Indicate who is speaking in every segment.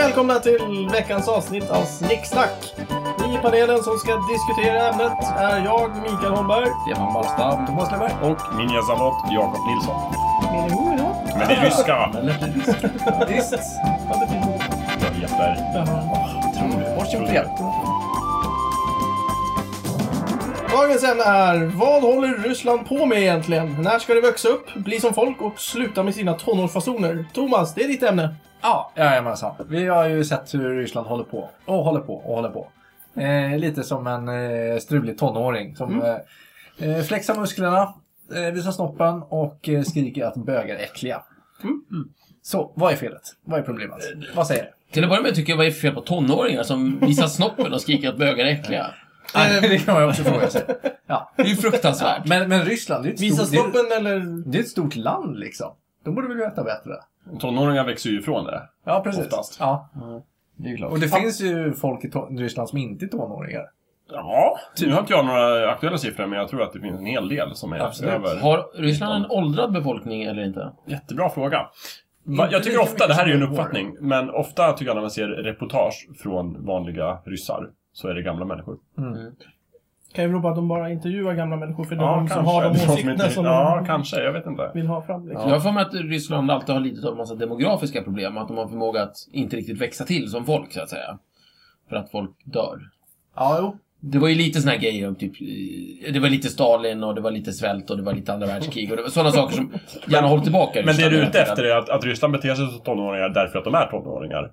Speaker 1: välkomna till veckans avsnitt av Snicksnack. I panelen som ska diskutera ämnet är jag, Mikael Holmberg.
Speaker 2: Stefan Ballstam.
Speaker 1: Thomas Lemberg.
Speaker 3: Och Ninja Zavot, Jakob Nilsson.
Speaker 1: Min ro idag.
Speaker 3: Men det är ryska va?
Speaker 2: Eller rysk.
Speaker 1: Visst. Vad betyder det?
Speaker 3: Jag vet där.
Speaker 1: Jaha.
Speaker 2: Varsågod för hjälp.
Speaker 1: Dagens ämne är Vad håller Ryssland på med egentligen? När ska det växa upp, bli som folk och sluta med sina tonårsfasoner? Thomas, det är ditt ämne.
Speaker 2: Ja, jajamensan. Vi har ju sett hur Ryssland håller på och håller på och håller på. Eh, lite som en eh, strulig tonåring som eh, eh, flexar musklerna, eh, visar snoppen och eh, skriker att bögar är äckliga. Mm, Så, vad är felet? Vad är problemet? Vad säger du?
Speaker 4: Till att börja med tycker jag vad är för fel på tonåringar som visar snoppen och skriker att bögar är äckliga?
Speaker 2: Ja, det kan man ju också fråga sig. Ja.
Speaker 4: Det är ju fruktansvärt.
Speaker 2: Men, men Ryssland, det är, ett
Speaker 1: Visa
Speaker 2: stort, det, är,
Speaker 1: snoppen eller...
Speaker 2: det är ett stort land liksom. De borde väl veta bättre?
Speaker 3: Tonåringar växer ju ifrån det.
Speaker 2: Ja, precis.
Speaker 3: Oftast.
Speaker 2: Ja.
Speaker 3: Det är klart.
Speaker 2: Och Mm. det finns ju folk i to- Ryssland som inte är tonåringar.
Speaker 3: Ja, Typ. nu har inte jag några aktuella siffror men jag tror att det finns en hel del som är
Speaker 2: Absolut.
Speaker 3: över.
Speaker 4: Har Ryssland en åldrad befolkning eller inte?
Speaker 3: Jättebra fråga. Va-
Speaker 2: Inte
Speaker 3: Jag tycker
Speaker 2: lika
Speaker 3: ofta, det här är ju en
Speaker 2: mycket som
Speaker 3: uppfattning, men ofta tycker jag när man ser reportage från vanliga ryssar så är det gamla människor.
Speaker 1: Kan ju bero på att de bara intervjuar gamla människor för det är
Speaker 3: Ja,
Speaker 1: de som
Speaker 3: kanske.
Speaker 1: har de
Speaker 3: Det är de
Speaker 1: åsikterna
Speaker 3: inte-
Speaker 1: som
Speaker 3: Ja,
Speaker 1: de
Speaker 3: kanske. Jag vet inte.
Speaker 1: vill ha fram. Liksom.
Speaker 4: Jag har för mig att Ryssland alltid har lidit av en massa demografiska problem. Att de har förmåga att inte riktigt växa till som folk, så att säga. För att folk dör.
Speaker 2: Ja, jo.
Speaker 4: Det var ju lite såna här grejer om typ... eh, Det var lite Stalin och det var lite svält och det var lite andra världskrig. Och det var sådana saker som gärna håller tillbaka
Speaker 3: Men det
Speaker 4: Ryssland
Speaker 3: du är
Speaker 4: hela
Speaker 3: ute
Speaker 4: tiden.
Speaker 3: efter är att, att Ryssland beter sig som tonåringar därför att de är tonåringar.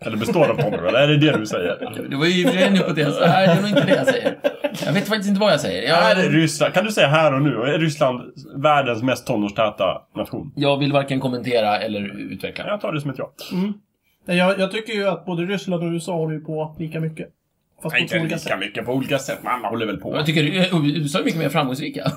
Speaker 3: Eller består av tonåringar. Är det det du säger?
Speaker 4: Det var ju i och för sig en hypotes. Nej, det är nog inte det jag säger. Jag vet faktiskt inte vad jag säger. Jag,
Speaker 3: Är Ryssland, kan du säga här och nu, är Ryssland världens mest tonårstäta nation?
Speaker 4: Jag vill varken kommentera eller utveckla.
Speaker 3: Jag tar det som ett ja.
Speaker 1: Nej, Jag, jag tycker ju att både Ryssland och USA håller ju på lika mycket. Fast på två olika sätt.
Speaker 3: mycket, på olika sätt. Man håller väl på.
Speaker 4: Jag tycker eh, USA är mycket mer framgångsrika.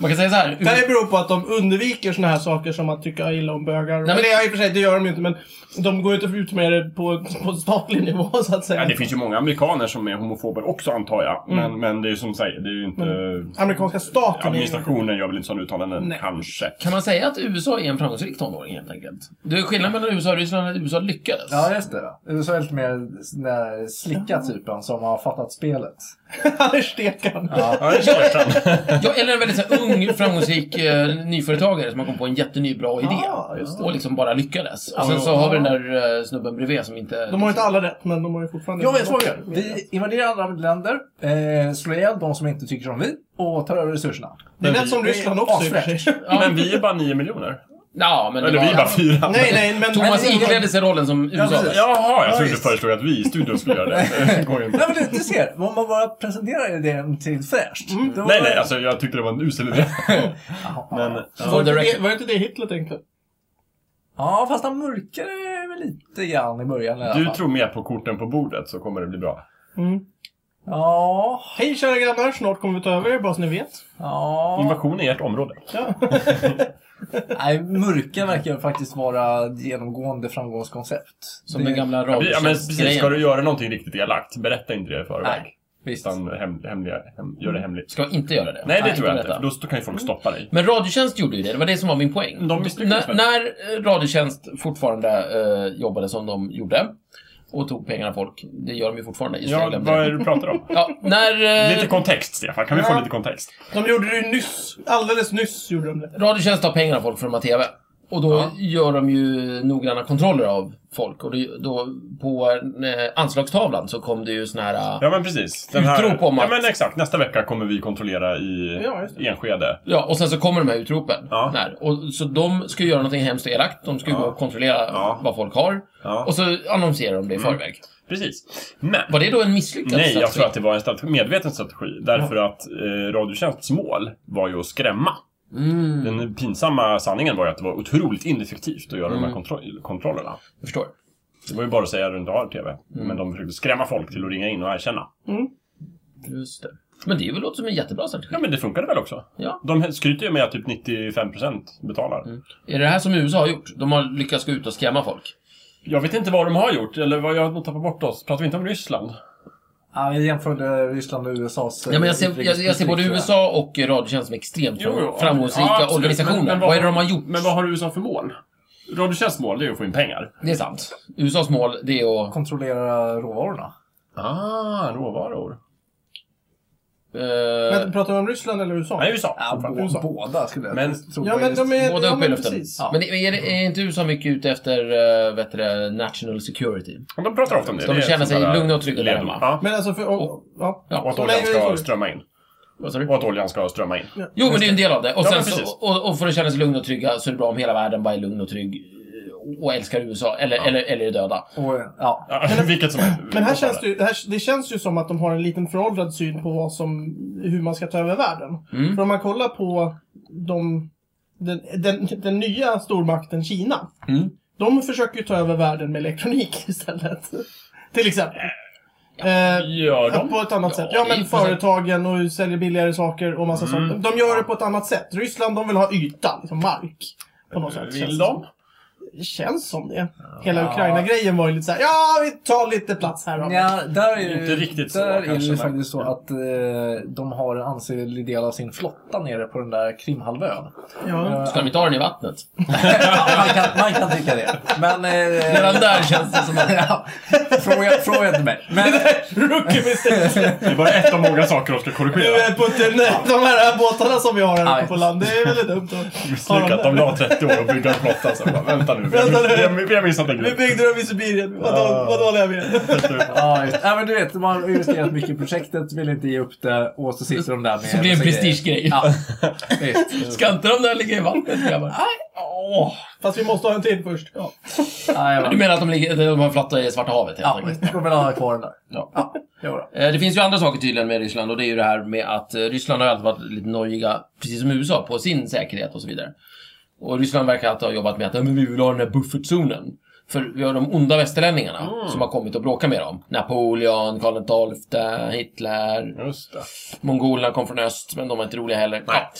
Speaker 4: Man kan säga så här.
Speaker 1: Det här beror på att de undviker såna här saker som att tycka illa om bögar. Nej, men...
Speaker 4: men-
Speaker 1: Eller ja, i och för sig, det gör de ju inte, men de går ju inte ut med det på, på statlig nivå, så att säga.
Speaker 3: Ja, det finns ju många amerikaner som är homofober också antar jag. Men, men det är ju som säger, det är ju inte...
Speaker 1: Amerikanska staten är ju...
Speaker 3: Administrationen gör väl inte sådana uttalanden,
Speaker 1: Nej.
Speaker 3: kanske.
Speaker 4: Kan man säga att USA är en framgångsrik tonåring helt enkelt? Det är skillnaden mellan USA och Ryssland är att USA lyckades.
Speaker 2: Ja, just det. ja. USA är lite mer den där slicka typen som har fattat spelet.
Speaker 1: Stekan. Ja.
Speaker 3: Ja, det känns sant.
Speaker 4: Ja, eller en väldigt så här, ung, framgångsrik eh, nyföretagare som har kommit på en jätteny bra idé.
Speaker 1: Ah, just det.
Speaker 4: och liksom bara lyckades. Och sen så har vi den där eh, snubben bredvid som inte...
Speaker 1: De har ju inte alla rätt, men de har ju fortfarande...
Speaker 2: Jag vet vad vi gör. Vi invaderar andra länder, eh, slår ihjäl de som inte tycker som vi och tar över resurserna.
Speaker 1: Det är lätt som
Speaker 2: Det är
Speaker 1: Ryssland också i och för
Speaker 2: asfräscht.
Speaker 1: sig.
Speaker 4: Ja.
Speaker 3: Men vi är bara nio miljoner.
Speaker 4: Ja, men det
Speaker 3: Eller vi
Speaker 4: var-
Speaker 3: är bara fyra.
Speaker 1: Nej, nej, men...
Speaker 4: Thomas
Speaker 2: Men-
Speaker 4: iklädde sig rollen som USA.
Speaker 2: precis.
Speaker 3: Jaha, jag trodde du
Speaker 2: visst.
Speaker 3: föreslog att vi i studion skulle göra det. det. går ju inte.
Speaker 2: Nej, men du, du ser. Om man bara presenterar idén till fräscht. då-
Speaker 3: Nej, nej, alltså jag tyckte det var en usel idé.
Speaker 2: Jaha.
Speaker 4: alltså,
Speaker 3: Men,
Speaker 1: Var
Speaker 4: For
Speaker 1: inte
Speaker 4: the
Speaker 1: det,
Speaker 4: record.
Speaker 1: var inte det Hitler tänkte?
Speaker 2: Ja, fast han mörkade väl lite grann i början i alla
Speaker 3: Du
Speaker 2: fall.
Speaker 3: tror mer på korten på bordet så kommer det bli bra.
Speaker 2: Ja,
Speaker 1: Mm. Hej kära grannar, snart kommer vi ta över er, bara så ni vet.
Speaker 2: ja.
Speaker 3: Invasion i ert område.
Speaker 1: Ja.
Speaker 2: Nej, mörka verkar faktiskt vara ett genomgående framgångskoncept.
Speaker 4: Som den gamla
Speaker 3: Ja, men precis, ska
Speaker 4: radiotjänstgrejen.
Speaker 3: du göra någonting riktigt elakt, berätta inte det i förväg.
Speaker 2: Nej, visst.
Speaker 3: Utan hem, hemliga, hem, gör det hemligt.
Speaker 4: Ska inte göra Mm. det.
Speaker 3: Nej, det tror jag
Speaker 4: berätta. Mm.
Speaker 3: inte, för då då kan ju folk stoppa dig.
Speaker 4: Men Radiotjänst gjorde ju det, det var det som var min poäng.
Speaker 3: De misslyckades
Speaker 4: när,
Speaker 3: väl?
Speaker 4: när eh, Radiotjänst fortfarande eh, jobbade som de gjorde och tog pengarna av folk, det gör de ju fortfarande. just det, jag
Speaker 3: Ja,
Speaker 4: glömde
Speaker 3: vad
Speaker 4: det.
Speaker 3: är det du pratar om?
Speaker 4: ja, när eh,
Speaker 3: Lite kontext, Stefan. Kan vi få
Speaker 1: Ja.
Speaker 3: lite kontext?
Speaker 1: De gjorde det ju nyss. Alldeles nyss gjorde de det.
Speaker 4: Radiotjänst tar pengar av folk för att de har TV. Och då gör de ju noggranna kontroller av folk. Och det, då, på eh, anslagstavlan så kom det ju sån här... eh,
Speaker 3: Ja, men precis.
Speaker 4: Utrop om
Speaker 3: Ja,
Speaker 4: att-
Speaker 3: men exakt. Nästa vecka kommer vi kontrollera i
Speaker 1: Ja, just
Speaker 3: Enskede.
Speaker 4: Ja, och sen så kommer de här utropen.
Speaker 3: Ja.
Speaker 4: Där. Och, så de ska ju göra någonting hemskt och elakt. De ska ju gå och kontrollera
Speaker 3: Ja.
Speaker 4: vad folk har.
Speaker 3: Ja.
Speaker 4: Och så annonserar de det i förväg.
Speaker 3: Precis. Men...
Speaker 4: Var det då en misslyckad
Speaker 3: Nej, jag
Speaker 4: strategi?
Speaker 3: tror att det var en strategi, medveten strategi. Därför att eh, Radiotjänsts mål var ju att skrämma.
Speaker 4: Mm,
Speaker 3: Den pinsamma sanningen var ju att det var otroligt ineffektivt att göra
Speaker 4: Mm.
Speaker 3: de här kontro- kontrollerna.
Speaker 4: Jag förstår.
Speaker 3: Det var ju bara att säga att du inte har TV.
Speaker 4: Mm.
Speaker 3: Men de försökte skrämma folk till att ringa in och erkänna.
Speaker 4: Just det. Men det är väl låter som en jättebra strategi.
Speaker 3: Ja, men det funkade väl också?
Speaker 4: Ja. Mm.
Speaker 3: De skryter ju med att typ 95% betalar.
Speaker 4: Är det det här som USA har gjort? De har lyckats gå ut och skrämma folk.
Speaker 3: Jag vet inte vad de har gjort, eller vad jag har tappat bort oss. Pratar vi inte om Ryssland?
Speaker 2: Ja, jag jämförde Ryssland och USAs...
Speaker 4: Ja, men jag, ser, jag, jag ser både
Speaker 2: eh, utrikespolitik,
Speaker 4: USA och eh, Radiotjänst som extremt
Speaker 3: Jo, jo,
Speaker 4: framgångsrika
Speaker 3: ja, absolut.
Speaker 4: organisationer.
Speaker 3: Men- men
Speaker 4: vad, är det de har gjort?
Speaker 3: Men vad har USA för mål? Radiotjänsts mål, det är att få in pengar.
Speaker 4: Det är sant. USAs mål, det är att... eh,
Speaker 2: Kontrollera råvarorna.
Speaker 3: Ah, råvaror.
Speaker 1: Men
Speaker 4: Eh,
Speaker 1: pratar vi om Ryssland eller USA?
Speaker 3: Nej, USA.
Speaker 4: Ah,
Speaker 2: Bo- båda skulle jag
Speaker 3: Men-
Speaker 2: tro
Speaker 1: ja, men de är...
Speaker 4: båda
Speaker 1: ja,
Speaker 4: uppe i
Speaker 1: men
Speaker 4: luften.
Speaker 1: precis.
Speaker 4: Men är, är, det- är inte USA mycket ute efter, eh, vet du det, national security?
Speaker 3: Men De pratar ofta om det.
Speaker 4: De
Speaker 3: Det är
Speaker 4: känner
Speaker 3: ett
Speaker 4: sig
Speaker 3: sånt där
Speaker 4: lugna och trygga där
Speaker 3: ledord.
Speaker 4: hemma.
Speaker 3: Ja.
Speaker 1: Men alltså, för... Och, ja.
Speaker 4: Ja,
Speaker 3: Och att
Speaker 1: Nej,
Speaker 3: oljan
Speaker 1: men-
Speaker 3: ska strömma in.
Speaker 4: Vad sa du?
Speaker 3: Och att oljan ska strömma in.
Speaker 4: Jo, men det är ju en del av det. Och,
Speaker 3: Ja,
Speaker 4: sen
Speaker 3: men precis.
Speaker 4: så, och, och för att känna sig lugn och trygga så är det bra om hela världen bara är lugn och trygg eh, och älskar USA, eller, eller, eller är döda.
Speaker 2: Och, ja.
Speaker 3: Ja, vilket som helst.
Speaker 1: Men här känns det, ju, det, här, det känns ju som att de har en liten föråldrad syn på vad som, hur man ska ta över världen. För om man kollar på de, den, den, den nya stormakten Kina.
Speaker 4: Mm.
Speaker 1: De försöker ju ta över världen med elektronik istället. Till exempel. Eh,
Speaker 3: Gör
Speaker 1: Ja,
Speaker 3: de?
Speaker 1: på ett annat
Speaker 4: Ja,
Speaker 1: sätt. Ja,
Speaker 4: det är
Speaker 1: men
Speaker 4: ju precis-
Speaker 1: företagen och säljer billigare saker och massa sånt. De gör det på ett annat sätt. Ryssland, de vill ha yta, liksom mark. På något sätt.
Speaker 3: Eh, Vill
Speaker 1: känns
Speaker 3: de?
Speaker 1: Det känns som det. Hela Ukraina-grejen var ju lite såhär, ja vi tar lite plats här. då."
Speaker 2: Ja, där är,
Speaker 3: Inte riktigt så,
Speaker 2: där är
Speaker 3: kanske,
Speaker 2: det
Speaker 3: men-
Speaker 2: faktiskt så att eh, de har en ansenlig del av sin flotta nere på den där Krimhalvön.
Speaker 1: Ja.
Speaker 4: Ska de inte ha den i vattnet?
Speaker 2: man, kan, man kan tycka det. Men... Eh,
Speaker 4: Redan där känns det som att...
Speaker 2: ja, fråga, fråga inte mig. Men,
Speaker 1: Rookie mistake!
Speaker 3: Det är bara ett av många saker de ska
Speaker 1: Du
Speaker 3: korrigera.
Speaker 1: är på den, de här båtarna som vi har här
Speaker 2: Aj.
Speaker 1: uppe på land, det är väldigt dumt att ha
Speaker 3: Misslyckat.
Speaker 1: dem
Speaker 3: att de
Speaker 1: där.
Speaker 3: la 30 år och byggde en flotta. Så bara, vänta nu. Vi har
Speaker 1: Vänta nu.
Speaker 3: miss- vi har missat en
Speaker 1: Vi
Speaker 3: grej.
Speaker 1: byggde dem i Sibirien, vad, då, vad dåliga vi är.
Speaker 2: ja, just, ja, men du vet, de har investerat mycket i projektet, vill inte ge upp det och så sitter de där med...
Speaker 4: Så blir det en
Speaker 2: massa
Speaker 3: alltså,
Speaker 2: grejer.
Speaker 4: prestigegrej.
Speaker 2: Ja, visst.
Speaker 4: Ska inte de där ligga i vattnet grabbar?
Speaker 1: Fast vi måste ha en till först. Ja.
Speaker 2: Ja, jag
Speaker 4: Du
Speaker 2: bara-
Speaker 4: menar att de, ligger, de har en flotta i Svarta havet? helt
Speaker 2: ja,
Speaker 4: enkelt?
Speaker 2: de vill ha kvar den där.
Speaker 4: Ja.
Speaker 2: Det var bra.
Speaker 4: Eh, Det finns ju andra saker tydligen med Ryssland och det är ju det här med att eh, Ryssland har alltid varit lite nojiga, precis som USA, på sin säkerhet och så vidare. Och Ryssland verkar att ha jobbat med att "Ja, men vi vill ha den här buffertzonen. För vi har de onda västerlänningarna som har kommit och bråkat med dem. Napoleon, Karl XII, Hitler,
Speaker 3: Just det.
Speaker 4: mongolerna kom från öst, men de var inte roliga heller. Ja,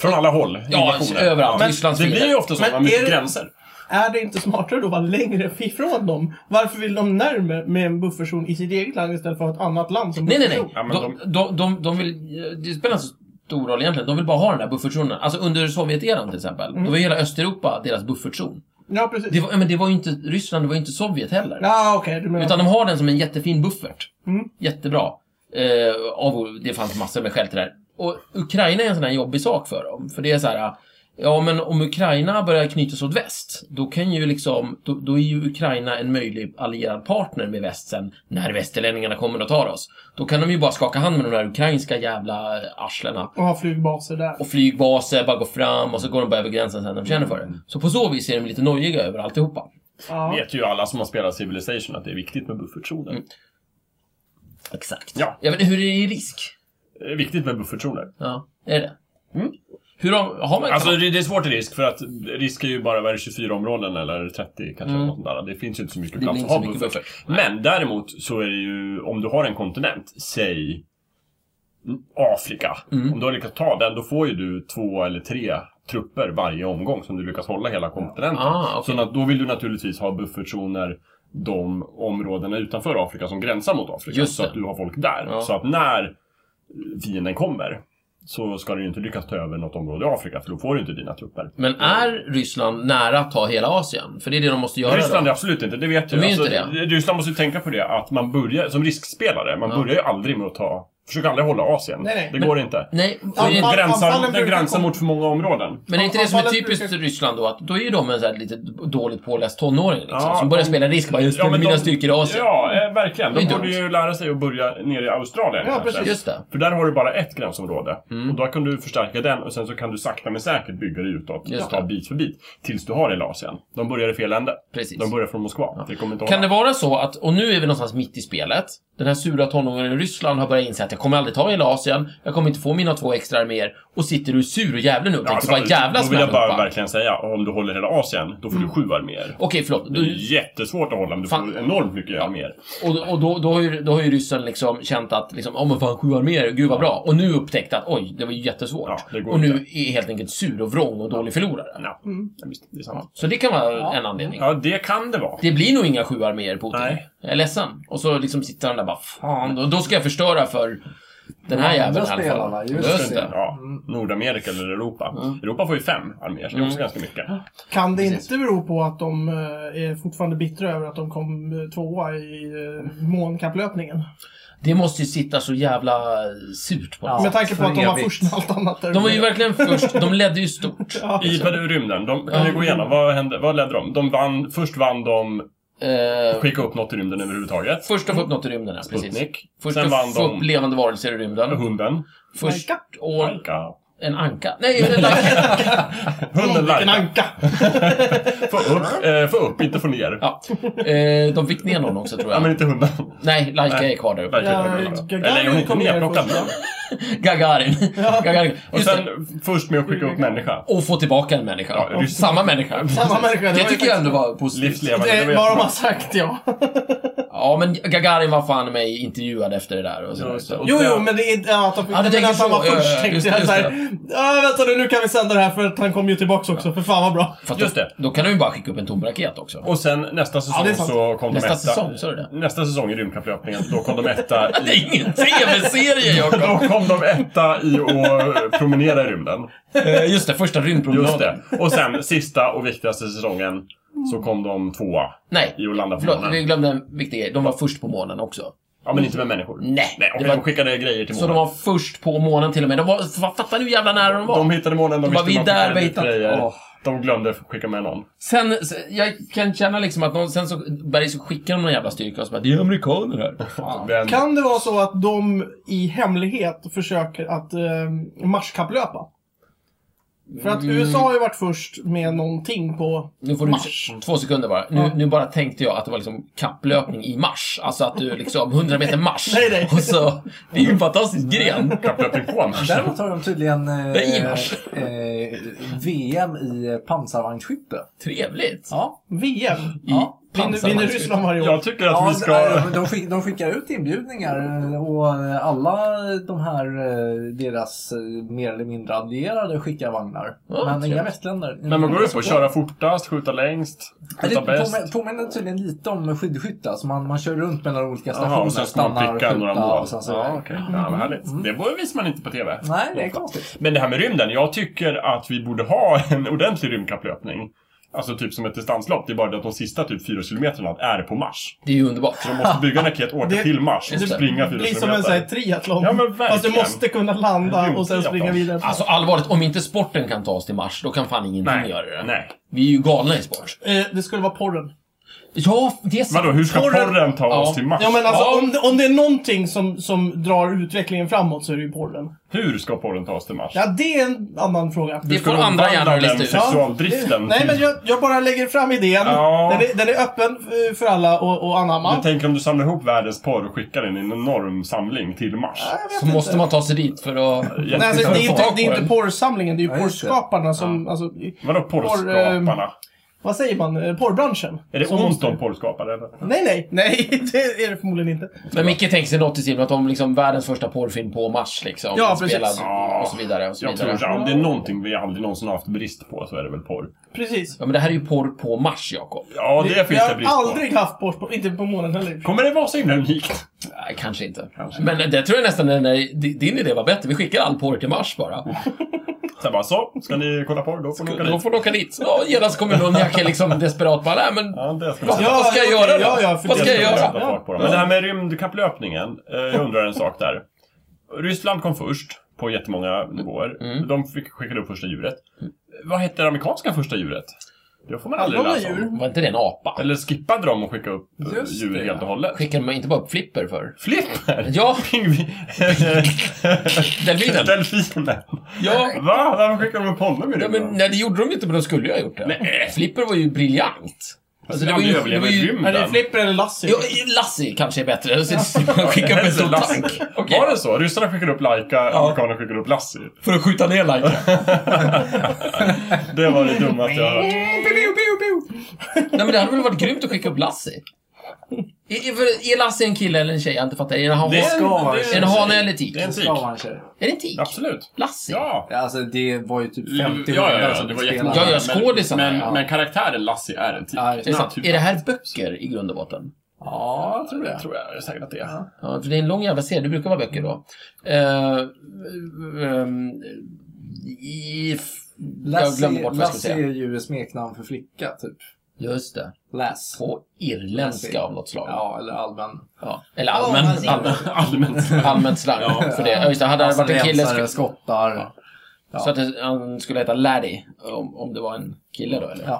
Speaker 3: Från alla håll.
Speaker 4: ja
Speaker 3: Invasioner.
Speaker 4: överallt.
Speaker 3: Men
Speaker 4: Rysslands
Speaker 3: Det blir
Speaker 4: fiender.
Speaker 3: ju ofta så
Speaker 1: Men
Speaker 3: med mycket
Speaker 1: är det-
Speaker 3: gränser.
Speaker 1: Är det inte smartare då att vara längre ifrån dem? Varför vill de närmare med en buffertzon i sitt eget land istället för ett annat land som
Speaker 4: Nej, nej, nej.
Speaker 1: buffertzon?
Speaker 3: Ja, men
Speaker 4: De, de, de, de vill, det spelar inte så stor roll egentligen. De vill bara ha den här buffertzonen. Alltså under Sovjeteran till exempel, då var ju hela Östeuropa deras buffertzon.
Speaker 1: Ja, precis.
Speaker 4: Det var, ja, men det var ju inte Ryssland, det var ju inte Sovjet heller.
Speaker 1: Ja, okej, du menar...
Speaker 4: Utan de har den som en jättefin buffert.
Speaker 1: Mm.
Speaker 4: Jättebra. Eh, av, det fanns massor med skäl till det här. Och Ukraina är en sån här jobbig sak för dem. För det är så här, ja men om Ukraina börjar knytas åt väst, då kan ju liksom, då, då är ju Ukraina en möjlig allierad partner med väst sen, när västerlänningarna kommer och tar oss. Då kan de ju bara skaka hand med de där ukrainska jävla arslena
Speaker 1: Och ha flygbaser där.
Speaker 4: och flygbaser, bara gå fram och så går de bara över gränsen sen när de känner för
Speaker 1: Mm.
Speaker 4: det. Så på så vis är de lite nojiga över alltihopa.
Speaker 1: Ja.
Speaker 3: vet ju alla som har spelat Civilization att det är viktigt med buffertzoner.
Speaker 4: Mm. Exakt.
Speaker 3: Ja.
Speaker 4: Jag vet, hur är det i risk?
Speaker 3: Det är viktigt med buffertzoner.
Speaker 4: Ja, är det?
Speaker 1: Mm.
Speaker 4: Hur har, har man
Speaker 3: Alltså det det är svårt i risk för att risk är ju bara vad är det, 24 områden eller 30 kanske. Mm. Något där. Det finns ju inte så mycket
Speaker 4: Det blir
Speaker 3: plats
Speaker 4: inte
Speaker 3: att
Speaker 4: så
Speaker 3: ha
Speaker 4: mycket
Speaker 3: buffert.
Speaker 4: buffert.
Speaker 3: Men däremot så är det ju om du har en kontinent, säg Afrika.
Speaker 4: Mm.
Speaker 3: Om du har lyckats ta den då får ju du två eller tre trupper varje omgång som du lyckas hålla hela kontinenten.
Speaker 4: Ah, okej.
Speaker 3: Så na- då vill du naturligtvis ha buffertzoner de områdena utanför Afrika som gränsar mot Afrika.
Speaker 4: Just
Speaker 3: så
Speaker 4: det.
Speaker 3: att du har folk där.
Speaker 4: Ja.
Speaker 3: Så att när fienden kommer så ska du ju inte lyckas ta över något område i Afrika för då får du inte dina trupper.
Speaker 4: Men är Ryssland nära att ta hela Asien? För det är det de måste göra
Speaker 3: alltså. Ryssland är
Speaker 4: då.
Speaker 3: absolut inte, det vet
Speaker 4: De
Speaker 3: jag.
Speaker 4: är ju inte
Speaker 3: Ryssland måste ju tänka på det att man börjar, som riskspelare, man börjar ju aldrig med att ta, försöker aldrig hålla Asien.
Speaker 1: Nej, nej.
Speaker 3: Det går inte.
Speaker 4: Nej, och
Speaker 1: Ja,
Speaker 4: är det
Speaker 1: man-
Speaker 4: inte,
Speaker 1: anfallen
Speaker 3: Gränsar, det
Speaker 1: brukar
Speaker 3: gränsar
Speaker 1: komma-
Speaker 3: mot för många områden.
Speaker 4: men är inte det som är
Speaker 1: anfallen
Speaker 4: typiskt
Speaker 1: brukar-
Speaker 4: Ryssland då? Att då är ju de en så här lite dåligt påläst tonåring liksom,
Speaker 3: Ja,
Speaker 4: som börjar
Speaker 3: de-
Speaker 4: spela risk. Bara, jag ställer
Speaker 3: men
Speaker 4: mina
Speaker 3: de-
Speaker 4: styrkor i Asien.
Speaker 3: Ja, eh, verkligen.
Speaker 4: Det är
Speaker 3: De
Speaker 4: dumt.
Speaker 3: borde ju lära sig att börja nere i Australien
Speaker 1: Ja,
Speaker 3: kanske.
Speaker 1: precis.
Speaker 4: Just det. Mm.
Speaker 3: För där har du bara ett gränsområde. Och då kan du förstärka den och sen så kan du sakta men säkert bygga dig utåt.
Speaker 4: Just
Speaker 3: ta
Speaker 4: det.
Speaker 3: bit för bit. Tills du har hela Asien. De börjar i fel ände.
Speaker 4: Precis.
Speaker 3: De börjar från Moskva. Det kommer inte
Speaker 4: Kan det
Speaker 3: hålla.
Speaker 4: vara så att, och nu är vi någonstans mitt i spelet, den här sura tonåringen i Ryssland har börjat inse att jag kommer aldrig ta hela Asien, jag kommer inte få mina två extra arméer, och sitter du sur och jävlig nu och tänker bara jävlas
Speaker 3: då vill
Speaker 4: med
Speaker 3: jag bara
Speaker 4: allihopa.
Speaker 3: verkligen säga, om du håller hela Asien, då får du sju arméer.
Speaker 4: Okej, förlåt.
Speaker 3: Det är
Speaker 4: Du,
Speaker 3: jättesvårt att hålla, men du
Speaker 4: Fan.
Speaker 3: får enormt mycket arméer.
Speaker 4: Och, och då, då, har ju, då har ju ryssen liksom känt att, liksom, oh, men fan, sju arméer, gud vad bra. Och nu upptäckt att, oj, det var ju jättesvårt.
Speaker 3: Ja, det går
Speaker 4: och nu
Speaker 3: inte.
Speaker 4: är helt enkelt sur och vrång och dålig förlorare.
Speaker 3: Ja,
Speaker 4: Mm.
Speaker 3: ja, visst, det är sant.
Speaker 4: Så det kan vara en anledning.
Speaker 3: Ja, det kan det vara.
Speaker 4: Det blir nog inga sju arméer, Putin.
Speaker 3: Nej.
Speaker 4: Jag är ledsen. Och så liksom sitter han där bara, fan, då, då ska jag förstöra för Den här jäveln i alla
Speaker 2: spelarna,
Speaker 4: fall.
Speaker 2: just
Speaker 4: Just
Speaker 2: det.
Speaker 4: det.
Speaker 3: Ja, Nordamerika eller Europa.
Speaker 4: Mm.
Speaker 3: Europa får ju fem arméer, så det är också ganska mycket.
Speaker 1: Kan det inte bero på att de eh, är fortfarande bittra över att de kom eh, tvåa i eh, månkapplöpningen?
Speaker 4: Det måste ju sitta så jävla surt på
Speaker 2: Ja.
Speaker 4: ja.
Speaker 1: Med tanke på
Speaker 2: för
Speaker 1: att de var
Speaker 2: evigt.
Speaker 1: först med allt annat. där
Speaker 4: De var ju
Speaker 1: uppe.
Speaker 4: verkligen först. De ledde ju stort.
Speaker 1: Ja.
Speaker 3: I vad du rymden, de, kan vi
Speaker 4: Mm.
Speaker 3: gå igenom, vad, hände, vad ledde de? de vann, först vann de
Speaker 4: Eh,
Speaker 3: skicka upp något i rymden överhuvudtaget.
Speaker 4: först att få upp något i rymden, ja, precis.
Speaker 3: Sputnik.
Speaker 4: Först
Speaker 3: Sen
Speaker 4: att
Speaker 3: vann
Speaker 4: få upp
Speaker 3: de
Speaker 4: levande varelser i rymden.
Speaker 3: hunden.
Speaker 4: Först
Speaker 1: Anka.
Speaker 4: år...
Speaker 3: Anka.
Speaker 4: En anka? Nej, en anka.
Speaker 1: Vilken
Speaker 3: Hunden Larka.
Speaker 1: anka!
Speaker 3: Få upp, eh, få upp, inte få ner.
Speaker 4: Ja. Eh, de fick ner någon också, tror
Speaker 3: Ja,
Speaker 4: jag.
Speaker 3: men inte hunden.
Speaker 4: Nej, Laika är kvar där uppe.
Speaker 3: Verkligen.
Speaker 1: Ja,
Speaker 3: Eller är hon
Speaker 1: Gagarin
Speaker 3: inte
Speaker 1: kom ner
Speaker 3: nerplockad?
Speaker 1: först.
Speaker 4: Gagarin. Gagarin.
Speaker 3: Och
Speaker 4: Just det.
Speaker 3: sen först med att skicka upp människa.
Speaker 4: Och få tillbaka en människa.
Speaker 3: Ja, just-
Speaker 4: Samma människa.
Speaker 1: Samma människa, det var
Speaker 4: Det
Speaker 1: ju
Speaker 4: tycker jag ändå var positivt.
Speaker 3: Livslevande, det
Speaker 1: Det är
Speaker 3: vet
Speaker 1: vad de
Speaker 3: man.
Speaker 1: har sagt, ja.
Speaker 4: Ja, men Gagarin var fan mig intervjuad efter det där. Och så,
Speaker 3: Ja, just det.
Speaker 4: så.
Speaker 1: Jo, jo, men det är... Ja, att de,
Speaker 4: Ja, du
Speaker 1: men
Speaker 4: tänker
Speaker 1: att han
Speaker 4: så.
Speaker 1: var först
Speaker 4: Ja, just
Speaker 1: tänkte
Speaker 4: det,
Speaker 1: jag
Speaker 4: just
Speaker 1: såhär. Ja, vänta nu, nu kan vi sända det här för att han kom ju tillbaks också. För fan vad bra.
Speaker 4: För att
Speaker 3: Just
Speaker 4: då,
Speaker 3: det.
Speaker 4: då kan de ju bara skicka upp en tom raket också.
Speaker 3: Och sen nästa säsong
Speaker 1: det är sant.
Speaker 3: så kom
Speaker 4: Nästa
Speaker 3: de etta.
Speaker 4: säsong, sa du det?
Speaker 3: Nästa säsong i rymdkapplöpningen, då kom de etta
Speaker 4: Det
Speaker 3: i...
Speaker 4: är ingen TV-serie, Jakob!
Speaker 3: Då kom de etta i att promenera i rymden.
Speaker 4: Eh, Just det, första
Speaker 3: Just
Speaker 4: rymdpromenaden.
Speaker 3: det. Och sen sista och viktigaste säsongen så kom de tvåa i
Speaker 4: Nej,
Speaker 3: att landa på
Speaker 4: förlåt, vi
Speaker 3: månen.
Speaker 4: glömde en viktig grej. De var först på månen också.
Speaker 3: Ja, men inte med människor.
Speaker 4: Nej,
Speaker 3: Nej, okej,
Speaker 4: det var-
Speaker 3: de skickade grejer till
Speaker 4: Så de
Speaker 3: månen.
Speaker 4: var först på månen till och med. De var, fa- fattar du hur jävla nära de var?
Speaker 3: De hittade månen, de
Speaker 4: Då var
Speaker 3: visste
Speaker 4: vi
Speaker 3: man skickade
Speaker 4: där, vi
Speaker 3: dit
Speaker 4: hittade-
Speaker 3: grejer.
Speaker 4: Åh.
Speaker 3: De glömde skicka med någon.
Speaker 4: Sen, s- jag kan känna liksom att någon, sen så, Berg så skickar de någon jävla styrka och så bara, det är amerikaner här. Fan.
Speaker 3: Men,
Speaker 1: Kan det vara så att de i hemlighet försöker att eh, marskapplöpa? För att
Speaker 4: Mm.
Speaker 1: USA har ju varit först med någonting på
Speaker 4: Nu får du
Speaker 1: Mars.
Speaker 4: två sekunder bara. Nu, nu bara tänkte jag att det var liksom kapplöpning i mars. Alltså att du liksom 100 meter mars.
Speaker 1: Nej, nej.
Speaker 4: Och så, det är ju en fantastisk gren.
Speaker 3: Kapplöpning på Mars.
Speaker 2: Däremot har de tydligen
Speaker 4: Det
Speaker 2: eh,
Speaker 4: är Ivars.
Speaker 2: eh, VM i pansarvagnsskytte.
Speaker 4: Trevligt.
Speaker 2: Ja.
Speaker 1: VM.
Speaker 2: Ja,
Speaker 1: Vinner, vinner Ryssland varje år?
Speaker 3: Jag tycker att
Speaker 2: Ja,
Speaker 3: vi ska...
Speaker 2: eh, de, skick, de skickar ut inbjudningar eh, och eh, alla de här, eh, deras eh, mer eller mindre allierade skickar vagnar.
Speaker 4: Ja,
Speaker 2: Men inga
Speaker 4: trevligt.
Speaker 2: västländer.
Speaker 3: Men man går ut på köra fortast, skjuta längst,
Speaker 2: Ja, Det
Speaker 3: skjuta bäst.
Speaker 2: påminner, påminner tydligen lite om skidskytte. Alltså man, man kör runt mellan olika stationer,
Speaker 3: Jaha, och sen ska man pricka några mål.
Speaker 2: och sen så...
Speaker 3: ja, okej. ja, vad härligt. Det borde- visar man inte på TV.
Speaker 2: Nej, det är konstigt.
Speaker 3: Men det här med rymden, jag tycker att vi borde ha en ordentlig rymdkapplöpning. Alltså typ som ett distanslopp, det är bara det att de sista typ fyra kilometerna är på Mars.
Speaker 4: Det är ju underbart.
Speaker 3: De måste bygga en raket, åka
Speaker 1: Det-
Speaker 3: till Mars och
Speaker 4: det
Speaker 3: springa
Speaker 1: Det
Speaker 3: fyra
Speaker 1: blir som en sån här
Speaker 3: kilometer.
Speaker 1: triathlon.
Speaker 3: Ja, men verkligen.
Speaker 1: Fast du måste kunna landa och sen springa vidare.
Speaker 4: Alltså allvarligt, om inte sporten kan ta oss till mars, då kan fan ingenting
Speaker 3: Nej,
Speaker 4: göra det.
Speaker 3: nej.
Speaker 4: Vi är ju galna i sport.
Speaker 1: Eh, det skulle vara porren.
Speaker 4: Ja, det är sant.
Speaker 3: Vadå, hur ska
Speaker 1: Porren-
Speaker 3: porren ta
Speaker 4: Ja.
Speaker 3: oss till Mars?
Speaker 1: Ja men alltså
Speaker 4: Ja.
Speaker 1: om, det, om det är någonting som, som drar utvecklingen framåt så är det ju porren.
Speaker 3: Hur ska porren ta oss till Mars?
Speaker 1: Ja, det är en annan fråga.
Speaker 4: Det
Speaker 3: Ska
Speaker 4: får
Speaker 3: de
Speaker 4: andra
Speaker 3: omvandla
Speaker 4: hjärnor lista
Speaker 3: den
Speaker 4: ut.
Speaker 3: sexualdriften
Speaker 1: Nej
Speaker 3: till-
Speaker 1: men jag, jag bara lägger fram idén.
Speaker 3: Ja.
Speaker 1: Den, är, den är öppen eh, för alla och, och anamma.
Speaker 3: Jag tänker om du samlar ihop världens porr och skickar den i en enorm samling till Mars.
Speaker 4: Så måste man ta sig dit för att...
Speaker 1: Nej, alltså, det, är inte, det är inte porrsamlingen, det är ju
Speaker 2: Ja, just det.
Speaker 1: porrskaparna som... Alltså, i-
Speaker 3: Vadå
Speaker 1: Porr,
Speaker 3: porrskaparna?
Speaker 1: ehm, vad säger man? Eh, Porrbranschen.
Speaker 3: Är det
Speaker 1: Som
Speaker 3: ont
Speaker 1: måste-
Speaker 3: om porrskapare eller?
Speaker 1: Nej, nej, nej, det är det förmodligen inte.
Speaker 4: Men Micke tänker sig något i stil med att de liksom världens första porrfilm på Mars liksom.
Speaker 1: Ja, precis.
Speaker 4: spelad
Speaker 3: Ja.
Speaker 4: Och så vidare och så
Speaker 3: Jag tror
Speaker 4: vidare.
Speaker 3: att om det är någonting vi aldrig någonsin har haft brist på så är det väl porr.
Speaker 1: Precis.
Speaker 4: Ja, men det här är ju porr på Mars, Jakob.
Speaker 3: Ja, det,
Speaker 1: Vi
Speaker 3: finns det
Speaker 1: har
Speaker 3: brist
Speaker 1: aldrig haft porrsport, inte på månen heller.
Speaker 3: på. Kommer det vara så himla unikt?
Speaker 4: Nej, kanske inte. Men det tror jag nästan är när di- din idé var bättre. Vi skickar all porr till Mars bara.
Speaker 3: Så jag bara, så, ska ni kolla porr? Då får ni åka
Speaker 4: Då
Speaker 3: dit.
Speaker 4: får de åka dit. Ja, genast kommer någon jacka liksom desperat bara, nej men...
Speaker 3: Ja, det ska man säga.
Speaker 4: Vad ska jag
Speaker 1: okej,
Speaker 4: göra då?
Speaker 1: Ja, ja, för
Speaker 4: Vad
Speaker 1: det
Speaker 4: ska jag
Speaker 1: ska man
Speaker 4: göra?
Speaker 1: sätta
Speaker 3: Sätta fart på dem. Men det här med rymdkapplöpningen, eh, jag undrar en sak där. Ryssland kom först på jättemånga nivåer.
Speaker 4: Mm.
Speaker 3: De fick, skickade upp första djuret. Vad hette det amerikanska första djuret? Det får man aldrig
Speaker 1: Alla
Speaker 3: läsa om.
Speaker 1: djur.
Speaker 4: Var inte det en apa?
Speaker 3: Eller skippade de att skicka upp eh,
Speaker 2: Just
Speaker 3: djur
Speaker 2: det.
Speaker 3: helt och hållet?
Speaker 4: Skickade man inte bara upp flipper för?
Speaker 3: Flipper!
Speaker 4: Ja,
Speaker 3: Pingvin...
Speaker 4: delfinen.
Speaker 3: Delfinen!
Speaker 4: Ja.
Speaker 3: Va? Varför skickar de upp honom i
Speaker 4: Ja, men,
Speaker 3: rymden?
Speaker 4: nej, det gjorde de inte, men de skulle ju ha gjort det.
Speaker 3: Nej.
Speaker 4: Flipper var ju briljant. Alltså,
Speaker 3: det
Speaker 4: var ju-
Speaker 3: aldrig överlever
Speaker 4: det var ju-
Speaker 3: i rymden.
Speaker 1: Är det Flipper eller Lassie?
Speaker 4: Ja, Lassie kanske är bättre. Så Skicka upp en stor
Speaker 3: Lassie.
Speaker 4: tank. Okej.
Speaker 3: Var det så? Ryssarna skickade upp Laika, amerikanerna skickade upp Lassie.
Speaker 4: För att skjuta ner Laika.
Speaker 3: Det var det dummaste jag har hört.
Speaker 4: Nej, men det hade väl varit grymt att skicka upp Lassie? Är, är, för- är Lassie en kille eller en tjej? Jag har inte fattar. Är det en hane?
Speaker 3: Det är en-
Speaker 2: vara
Speaker 3: det är
Speaker 4: En hane eller tik?
Speaker 3: Det är en
Speaker 4: Är
Speaker 3: tik.
Speaker 2: Ska man köra.
Speaker 4: det en tik?
Speaker 3: Absolut.
Speaker 4: Lassie?
Speaker 3: Ja.
Speaker 2: Ja, Alltså det var ju typ 50
Speaker 3: Ja, ja,
Speaker 2: hundar
Speaker 3: ja,
Speaker 2: som
Speaker 3: det var
Speaker 2: spelade.
Speaker 3: jättemånga.
Speaker 4: Ja, ja, skådisarna,
Speaker 3: Men,
Speaker 4: ja.
Speaker 3: men karaktären Lassie är en tik.
Speaker 2: Ja, just
Speaker 4: Det är, sant.
Speaker 3: Natur-
Speaker 4: är det här böcker i grund och botten?
Speaker 2: Ja, jag tror det.
Speaker 3: Tror jag säkert att det är.
Speaker 2: Ja.
Speaker 4: Ja, för det är en lång jävla serie, det brukar vara böcker då. Eh, ehm, i, jag glömde bort vad jag skulle
Speaker 2: Lassie
Speaker 4: säga.
Speaker 2: är ju ett smeknamn för flicka, typ.
Speaker 4: Just det.
Speaker 2: Lass.
Speaker 4: På irländska av något slag.
Speaker 2: Ja, eller allmän.
Speaker 4: Ja. Eller allmän,
Speaker 1: Ja,
Speaker 4: allmän,
Speaker 3: Allmänt.
Speaker 4: allmänt slang för det. Ja, just det. Hade det varit en kille
Speaker 2: Rensare,
Speaker 4: sk-
Speaker 2: skottar. Ja.
Speaker 4: så att det- han skulle heta Laddie. Om, om det var en kille då, eller?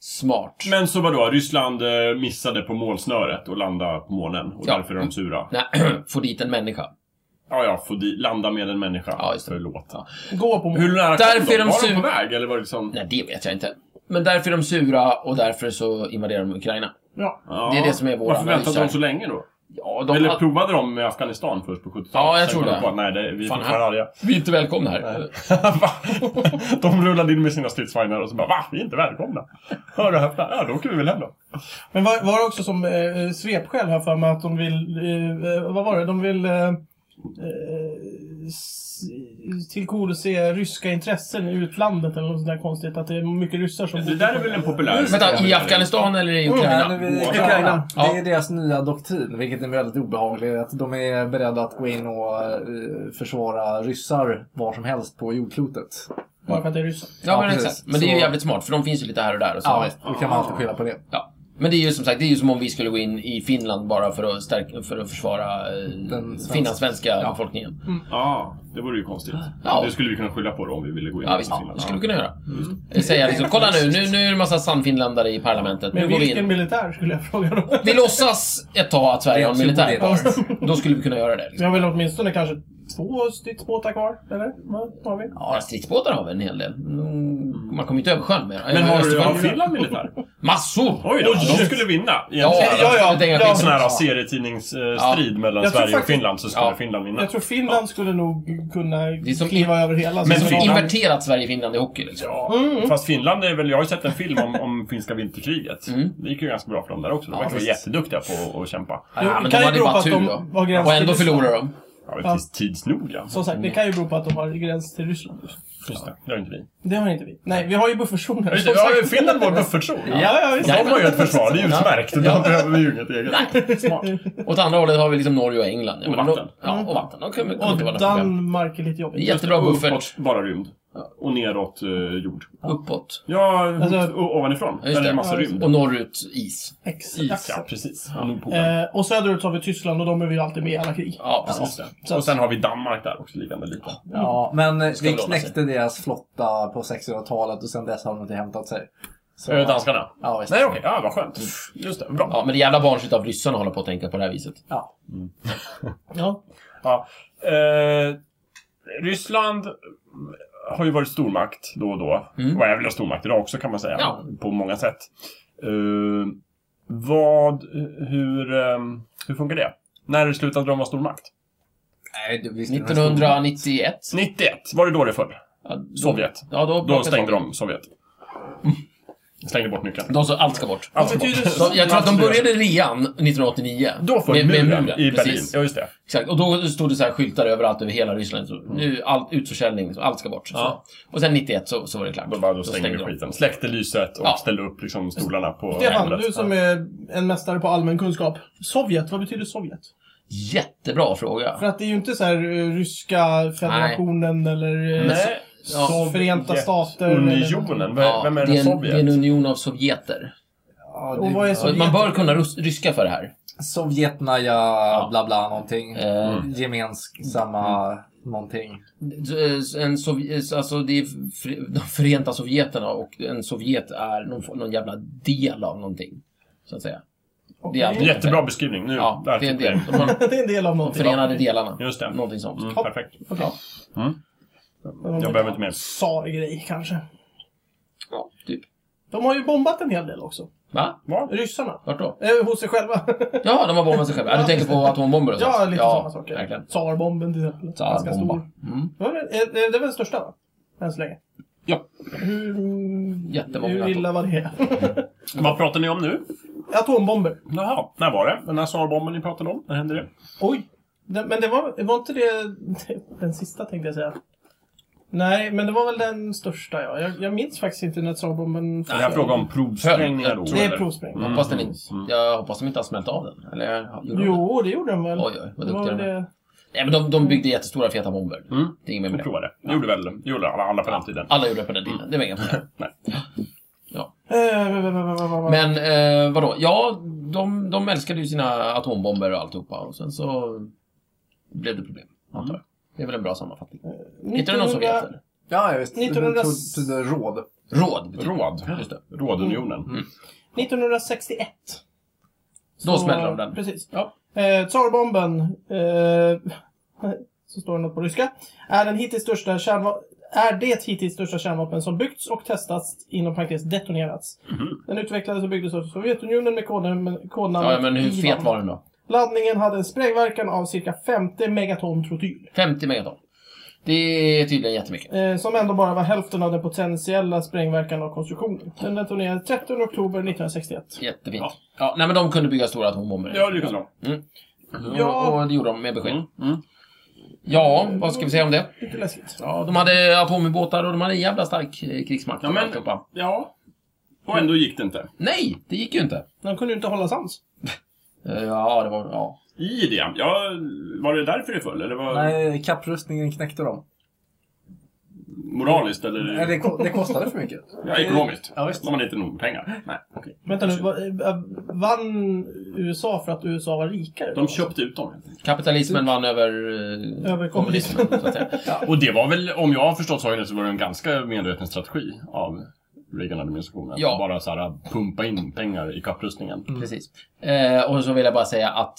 Speaker 4: Smart.
Speaker 3: Men så vadå, Ryssland eh, missade på målsnöret och landade på månen. Och
Speaker 4: Ja.
Speaker 3: därför är de sura.
Speaker 4: Nej, få dit en människa.
Speaker 3: Ja, ja, få di- landa med en människa.
Speaker 4: Ja, just det.
Speaker 3: Förlåt.
Speaker 1: Gå på
Speaker 3: Hur nära
Speaker 4: Därför
Speaker 3: kom de?
Speaker 4: är de
Speaker 3: Var de
Speaker 4: sura.
Speaker 3: på väg? Eller var det liksom...
Speaker 4: Nej, det vet jag inte. Men därför är de sura och därför så invaderar de Ukraina.
Speaker 1: Ja.
Speaker 3: Ja.
Speaker 4: Det är det som är vår
Speaker 3: Varför
Speaker 4: analys
Speaker 3: väntade
Speaker 4: här.
Speaker 3: de så länge då?
Speaker 4: Ja, de
Speaker 3: Eller
Speaker 4: har-
Speaker 3: provade de med Afghanistan först på 70-talet?
Speaker 4: Ja, jag
Speaker 3: Sen
Speaker 4: tror
Speaker 3: kom de
Speaker 4: det.
Speaker 3: på att, Nej, det, vi är
Speaker 4: Fan,
Speaker 3: fortfarande arga.
Speaker 4: Vi är inte välkomna här.
Speaker 3: Va? de rullade in med sina stridsvagnar och så bara va? Vi är inte välkomna. Hör och häpna. Ja, då åker vi väl hem då.
Speaker 1: Men var, var det också som eh, svepskäl här för mig att de vill, eh, eh, vad var det, de vill eh, eh, s- tillgodose ryska intressen i utlandet eller något sånt där konstigt. Att det är mycket ryssar som...
Speaker 3: Det där är väl en populär...
Speaker 4: Vänta, i Afghanistan eller i Ukraina?
Speaker 2: Men vi-
Speaker 3: Ukraina.
Speaker 2: Ukraina.
Speaker 4: Ja.
Speaker 2: Det är deras nya doktrin, vilket är väldigt obehagligt. Att de är beredda att gå in och eh, försvara ryssar var som helst på jordklotet.
Speaker 1: Bara för att det är ryssar.
Speaker 4: Ja, men
Speaker 2: Ja, precis.
Speaker 4: exakt. Men det är ju
Speaker 2: Så-
Speaker 4: jävligt smart, för de finns ju lite här och där. Och så.
Speaker 2: Ja, visst. Då kan man alltid skylla på det.
Speaker 4: Ja. Men det är ju som sagt, det är ju som om vi skulle gå in i Finland bara för att, stärka, för att försvara eh,
Speaker 2: svenska- Mm.
Speaker 4: finlandssvenska befolkningen.
Speaker 3: Ja, det vore ju konstigt.
Speaker 4: Ja.
Speaker 3: Det skulle vi kunna skylla på då om vi ville gå in
Speaker 4: Ja,
Speaker 3: i
Speaker 4: visst.
Speaker 3: Finland.
Speaker 4: Det skulle vi kunna göra. Mm. Säga liksom, kolla nu, nu, nu är det en massa sannfinländare i parlamentet. Nu
Speaker 1: Men
Speaker 4: går vi
Speaker 1: vilken
Speaker 4: in.
Speaker 1: militär skulle jag fråga då?
Speaker 4: Vi låtsas ett tag att Sverige har en
Speaker 2: Jag tror
Speaker 4: militär.
Speaker 2: det
Speaker 4: Då skulle vi kunna göra det.
Speaker 1: Vi
Speaker 4: Liksom.
Speaker 1: har väl åtminstone kanske två stridsbåtar kvar, eller? Vad har vi?
Speaker 4: Ja, stridsbåtar har vi en hel del. Mm, Man kommer ju inte över sjön med
Speaker 3: Men har,
Speaker 4: Östersjön-
Speaker 3: har Finland militär?
Speaker 4: Massor!
Speaker 3: Oj då, de skulle vinna. I en
Speaker 4: Ja,
Speaker 3: sån
Speaker 4: ja,
Speaker 3: här-
Speaker 4: ja. Det är inga
Speaker 3: sån
Speaker 4: skillnader.
Speaker 3: här serietidningsstrid mellan
Speaker 1: Jag tror
Speaker 3: Sverige och
Speaker 1: faktiskt-
Speaker 3: Finland så skulle
Speaker 4: Ja.
Speaker 3: Finland vinna.
Speaker 1: Jag tror Finland skulle nog kunna
Speaker 4: är som
Speaker 1: kliva
Speaker 4: in-
Speaker 1: över hela.
Speaker 4: Men
Speaker 1: så-
Speaker 4: som
Speaker 3: Finland-
Speaker 4: inverterat Sverige-Finland i hockey liksom.
Speaker 3: Ja, fast Finland är väl... Jag har ju sett en film om, om finska vinterkriget. Det gick ju ganska bra för dem där också. De
Speaker 4: Mm. Ja,
Speaker 3: verkar vara
Speaker 4: visst.
Speaker 3: jätteduktiga på att- att kämpa.
Speaker 1: Jo,
Speaker 4: Ja,
Speaker 1: kan
Speaker 4: men de
Speaker 1: ju
Speaker 4: hade ju
Speaker 1: bero på
Speaker 4: bara
Speaker 1: att
Speaker 4: tur
Speaker 1: de
Speaker 4: då.
Speaker 1: var gräns
Speaker 4: Och ändå
Speaker 1: till Ryssland.
Speaker 4: förlorar de.
Speaker 3: Ja,
Speaker 1: Ja.
Speaker 3: men tids, tids nog ja.
Speaker 1: Som sagt, det kan ju bero på att de har gräns till Ryssland.
Speaker 3: Just det, det har inte vi.
Speaker 1: Det har inte vi. Nej, vi har ju buffertzoner. som
Speaker 3: Vi har ju
Speaker 1: sagt.
Speaker 3: Finland vår buffertzon.
Speaker 1: Ja, ja, visst.
Speaker 3: De har ju ett försvar, det är utmärkt. Då behöver vi ju inget eget.
Speaker 4: Smart. Åt andra hållet har vi liksom Norge och England.
Speaker 3: Och
Speaker 4: Jag menar,
Speaker 3: vatten.
Speaker 4: då- Ja, och vatten. De kommer, kommer inte vara
Speaker 1: Och
Speaker 4: några problem.
Speaker 1: Danmark är lite jobbigt.
Speaker 4: Jättebra buffert.
Speaker 3: Uppåt, bara rymd. Och neråt eh, jord.
Speaker 4: Uppåt.
Speaker 3: Ja,
Speaker 1: Alltså-
Speaker 3: o- ovanifrån.
Speaker 4: Ja, Just
Speaker 3: Där är det massa
Speaker 1: Ja, just
Speaker 3: rymd.
Speaker 4: Och norrut is.
Speaker 1: Exakt.
Speaker 3: Ja, precis. Och Nordpolen.
Speaker 1: Eh, och söderut har vi Tyskland och de är vi ju alltid med i alla krig.
Speaker 4: Eh, Ja,
Speaker 3: Just
Speaker 4: precis.
Speaker 3: det.
Speaker 1: Så-
Speaker 3: Och sen har vi Danmark där också liggande lite.
Speaker 2: Ja, men eh,
Speaker 4: Mm. Ska
Speaker 2: vi
Speaker 4: väl ordna
Speaker 2: knäckte deras flotta på 600-talet och sen dess har de inte hämtat sig. Så,
Speaker 3: Eh, Danskarna?
Speaker 2: Ja, visst.
Speaker 3: Nej, okej. Ja, vad skönt. Just det. Bra.
Speaker 4: Ja, men det är jävla barnsligt av ryssarna att hålla på att tänka på det här viset.
Speaker 2: Ja.
Speaker 1: Ja.
Speaker 3: Ja. Eh, Ryssland har ju varit stormakt då och då.
Speaker 4: Mm.
Speaker 3: Och är väl en stormakt idag också kan man säga.
Speaker 4: Ja.
Speaker 3: På många sätt. Eh, vad, hur, ehm, hur funkar det? När slutade de vara stormakt?
Speaker 2: Nej, det- visst är det en stor-
Speaker 4: 1991.
Speaker 3: 91, var det då det föll?
Speaker 4: Ja, då-
Speaker 3: Sovjet.
Speaker 4: Ja, då,
Speaker 3: Då stängde de Sovjet. Mm. Stängde bort nyckeln.
Speaker 4: De sa allt ska bort.
Speaker 3: Allt ska
Speaker 1: betyder
Speaker 3: bort.
Speaker 4: De, jag tror att de började rean 1989.
Speaker 3: Då föll muren, i Berlin.
Speaker 4: Precis.
Speaker 3: Ja, just det.
Speaker 4: Exakt. Och då stod det så här skyltar överallt över hela Ryssland. Så nu all, utförsäljning, så allt ska bort.
Speaker 3: Ja.
Speaker 4: Så. Och sen 91 så, så var det klart.
Speaker 3: Då, bara, då stängde vi
Speaker 4: de.
Speaker 3: skiten. Släckte lyset och
Speaker 4: Ja.
Speaker 3: ställde upp liksom, stolarna på
Speaker 1: Stefan,
Speaker 3: golvet.
Speaker 1: du som är en mästare på allmän kunskap. Sovjet, vad betyder Sovjet?
Speaker 4: Jättebra fråga.
Speaker 1: För att det är ju inte så här eh, ryska federationen eller eh,
Speaker 4: Nej. Ja,
Speaker 1: så- Förenta
Speaker 3: Sovjet-
Speaker 1: Stater. eller-
Speaker 3: Unionen? Vem-
Speaker 4: Ja,
Speaker 3: Vem är
Speaker 4: det,
Speaker 3: det?
Speaker 4: är en, det är en
Speaker 3: Sovjet?
Speaker 4: union av sovjeter.
Speaker 2: Ja,
Speaker 1: Och vad är
Speaker 2: det,
Speaker 1: så-
Speaker 4: Så man bör kunna rus- ryska för det här.
Speaker 2: Sovjetnaja, bla bla någonting.
Speaker 4: Eh, Mm.
Speaker 2: Gemensamma någonting.
Speaker 4: En sovjet, alltså det är fr- de förenta sovjeterna och en sovjet är någon, form- någon jävla del av någonting. Så att säga. Det är alltid-
Speaker 3: Jättebra beskrivning. Nu,
Speaker 4: Ja,
Speaker 3: där
Speaker 4: det är en
Speaker 3: fick vi
Speaker 4: del. De har
Speaker 1: Det är en del av
Speaker 4: de
Speaker 1: någonting.
Speaker 4: förenade delarna.
Speaker 3: Just det.
Speaker 4: Någonting sånt.
Speaker 3: Mm, perfekt.
Speaker 1: Okej.
Speaker 3: Jag behöver inte mer.
Speaker 1: Tsar-grej kanske.
Speaker 4: Ja, typ.
Speaker 1: De har ju bombat en hel del också.
Speaker 4: Va?
Speaker 3: Va?
Speaker 1: Ryssarna.
Speaker 4: Vart då?
Speaker 1: Eh, hos sig själva.
Speaker 4: Ja, de har bombat sig själva. Ja, du tänker på atombomber och sånt?
Speaker 1: ja, lite sådana saker.
Speaker 4: Verkligen.
Speaker 1: Tsarbomben till exempel. Ganska
Speaker 4: Tsarbomba.
Speaker 1: stor.
Speaker 4: Mm.
Speaker 1: Ja, men, eh, eh, Det är väl den största va? Än så länge.
Speaker 4: Ja.
Speaker 1: Hur,
Speaker 4: Jättemånga
Speaker 1: hur illa var det?
Speaker 4: Mm.
Speaker 3: Vad pratar ni om nu?
Speaker 1: Atombomber.
Speaker 3: Jaha, när var det? Den här Saar-bomben ni pratade om? När hände det?
Speaker 1: Oj! Den- Men det var, var inte det den sista tänkte jag säga. Nej, men det var väl den största ja. Jag, jag minns faktiskt inte när tsarbomben
Speaker 3: Den här frågan om provsprängningar då?
Speaker 4: Jag tror
Speaker 1: Det är
Speaker 3: eller?
Speaker 1: provsprängning.
Speaker 3: Mm.
Speaker 4: Hoppas den inte, jag hoppas de inte har smält av den. Eller gjorde de det?
Speaker 1: Jo, det gjorde den väl.
Speaker 4: Oj, oj, vad
Speaker 1: Det var
Speaker 4: duktiga de är.
Speaker 1: det...
Speaker 4: Nej, men de, de byggde jättestora feta bomber.
Speaker 3: Mm.
Speaker 4: Det är inget mer
Speaker 3: Vi
Speaker 4: med det.
Speaker 3: provar det. Det gjorde väl det gjorde alla, alla på den tiden.
Speaker 4: Alla gjorde det på den
Speaker 3: Mm.
Speaker 4: tiden. Det var inget problem.
Speaker 3: Nej.
Speaker 1: Eh, vad- vad- vad- vad- vad-
Speaker 4: Men eh, vadå? Ja, de, de älskade ju sina atombomber och alltihopa. Och sen så blev det problem, antar jag.
Speaker 1: Mm.
Speaker 4: Det är väl en bra sammanfattning. Hittar du någon Sovjet? eller?
Speaker 2: Ja, ja, visst.
Speaker 1: 1900
Speaker 2: Det betyder råd.
Speaker 4: Råd. betyder det.
Speaker 3: Råd.
Speaker 4: Just det. Mm.
Speaker 3: Rådunionen.
Speaker 1: 1961.
Speaker 4: Då
Speaker 1: Så-
Speaker 4: smäller de den.
Speaker 1: Precis.
Speaker 4: Ja.
Speaker 1: Eh, Tsarbomben, eh, så står det något på ryska, är, den hittills största kärnva- är det hittills största kärnvapen som byggts och testats, inom parentes detonerats.
Speaker 4: Mhm.
Speaker 1: Den utvecklades och byggdes av Sovjetunionen med koden- kodnamnet
Speaker 4: Ja, men hur fet var den då?
Speaker 1: Laddningen hade en sprängverkan av cirka 50 megaton trotyl.
Speaker 4: 50 megaton. Det är tydligen jättemycket.
Speaker 1: Eh, som ändå bara var hälften av den potentiella sprängverkan av konstruktionen. Den detonerades 13 oktober 1961.
Speaker 4: Jättefint.
Speaker 3: Ja.
Speaker 4: Ja. nej, men de kunde bygga stora atombomber.
Speaker 3: Ja, det kunde de.
Speaker 1: Ja.
Speaker 4: Och, och det gjorde de med besked.
Speaker 3: Mm. Mm.
Speaker 4: Ja, vad ska vi säga om det?
Speaker 1: Lite läskigt.
Speaker 4: Ja, de hade atomubåtar och de hade en jävla stark eh, krigsmakt.
Speaker 3: Ja, men-
Speaker 4: och alltihopa.
Speaker 3: Ja. Och ändå gick det inte.
Speaker 4: Nej, det gick ju inte.
Speaker 1: De kunde ju inte hålla sams.
Speaker 4: Eh, Ja, det var... Ja.
Speaker 3: I det. Ja, var det därför det föll? Eller var
Speaker 2: Nej, kapprustningen knäckte dem.
Speaker 3: moraliskt
Speaker 2: Nej,
Speaker 3: eller
Speaker 2: det, ko- det kostade för mycket.
Speaker 3: ja, ekonomiskt?
Speaker 2: Ja, visst.
Speaker 3: När man inte nog med pengar. Nej, okej.
Speaker 1: Vänta nu, va- eh, vann USA för att USA var rikare?
Speaker 3: De köpte ut dem helt enkelt.
Speaker 4: Kapitalismen
Speaker 3: Mm.
Speaker 4: vann över... eh,
Speaker 1: Över kommunismen.
Speaker 4: så att säga.
Speaker 3: Och det var väl, om jag har förstått saken rätt, så var det en ganska medveten strategi av Reagan-administrationen.
Speaker 4: Ja. Mm.
Speaker 3: Att Bara så här, pumpa in pengar i kapprustningen.
Speaker 4: Precis. Eh, och så vill jag bara säga att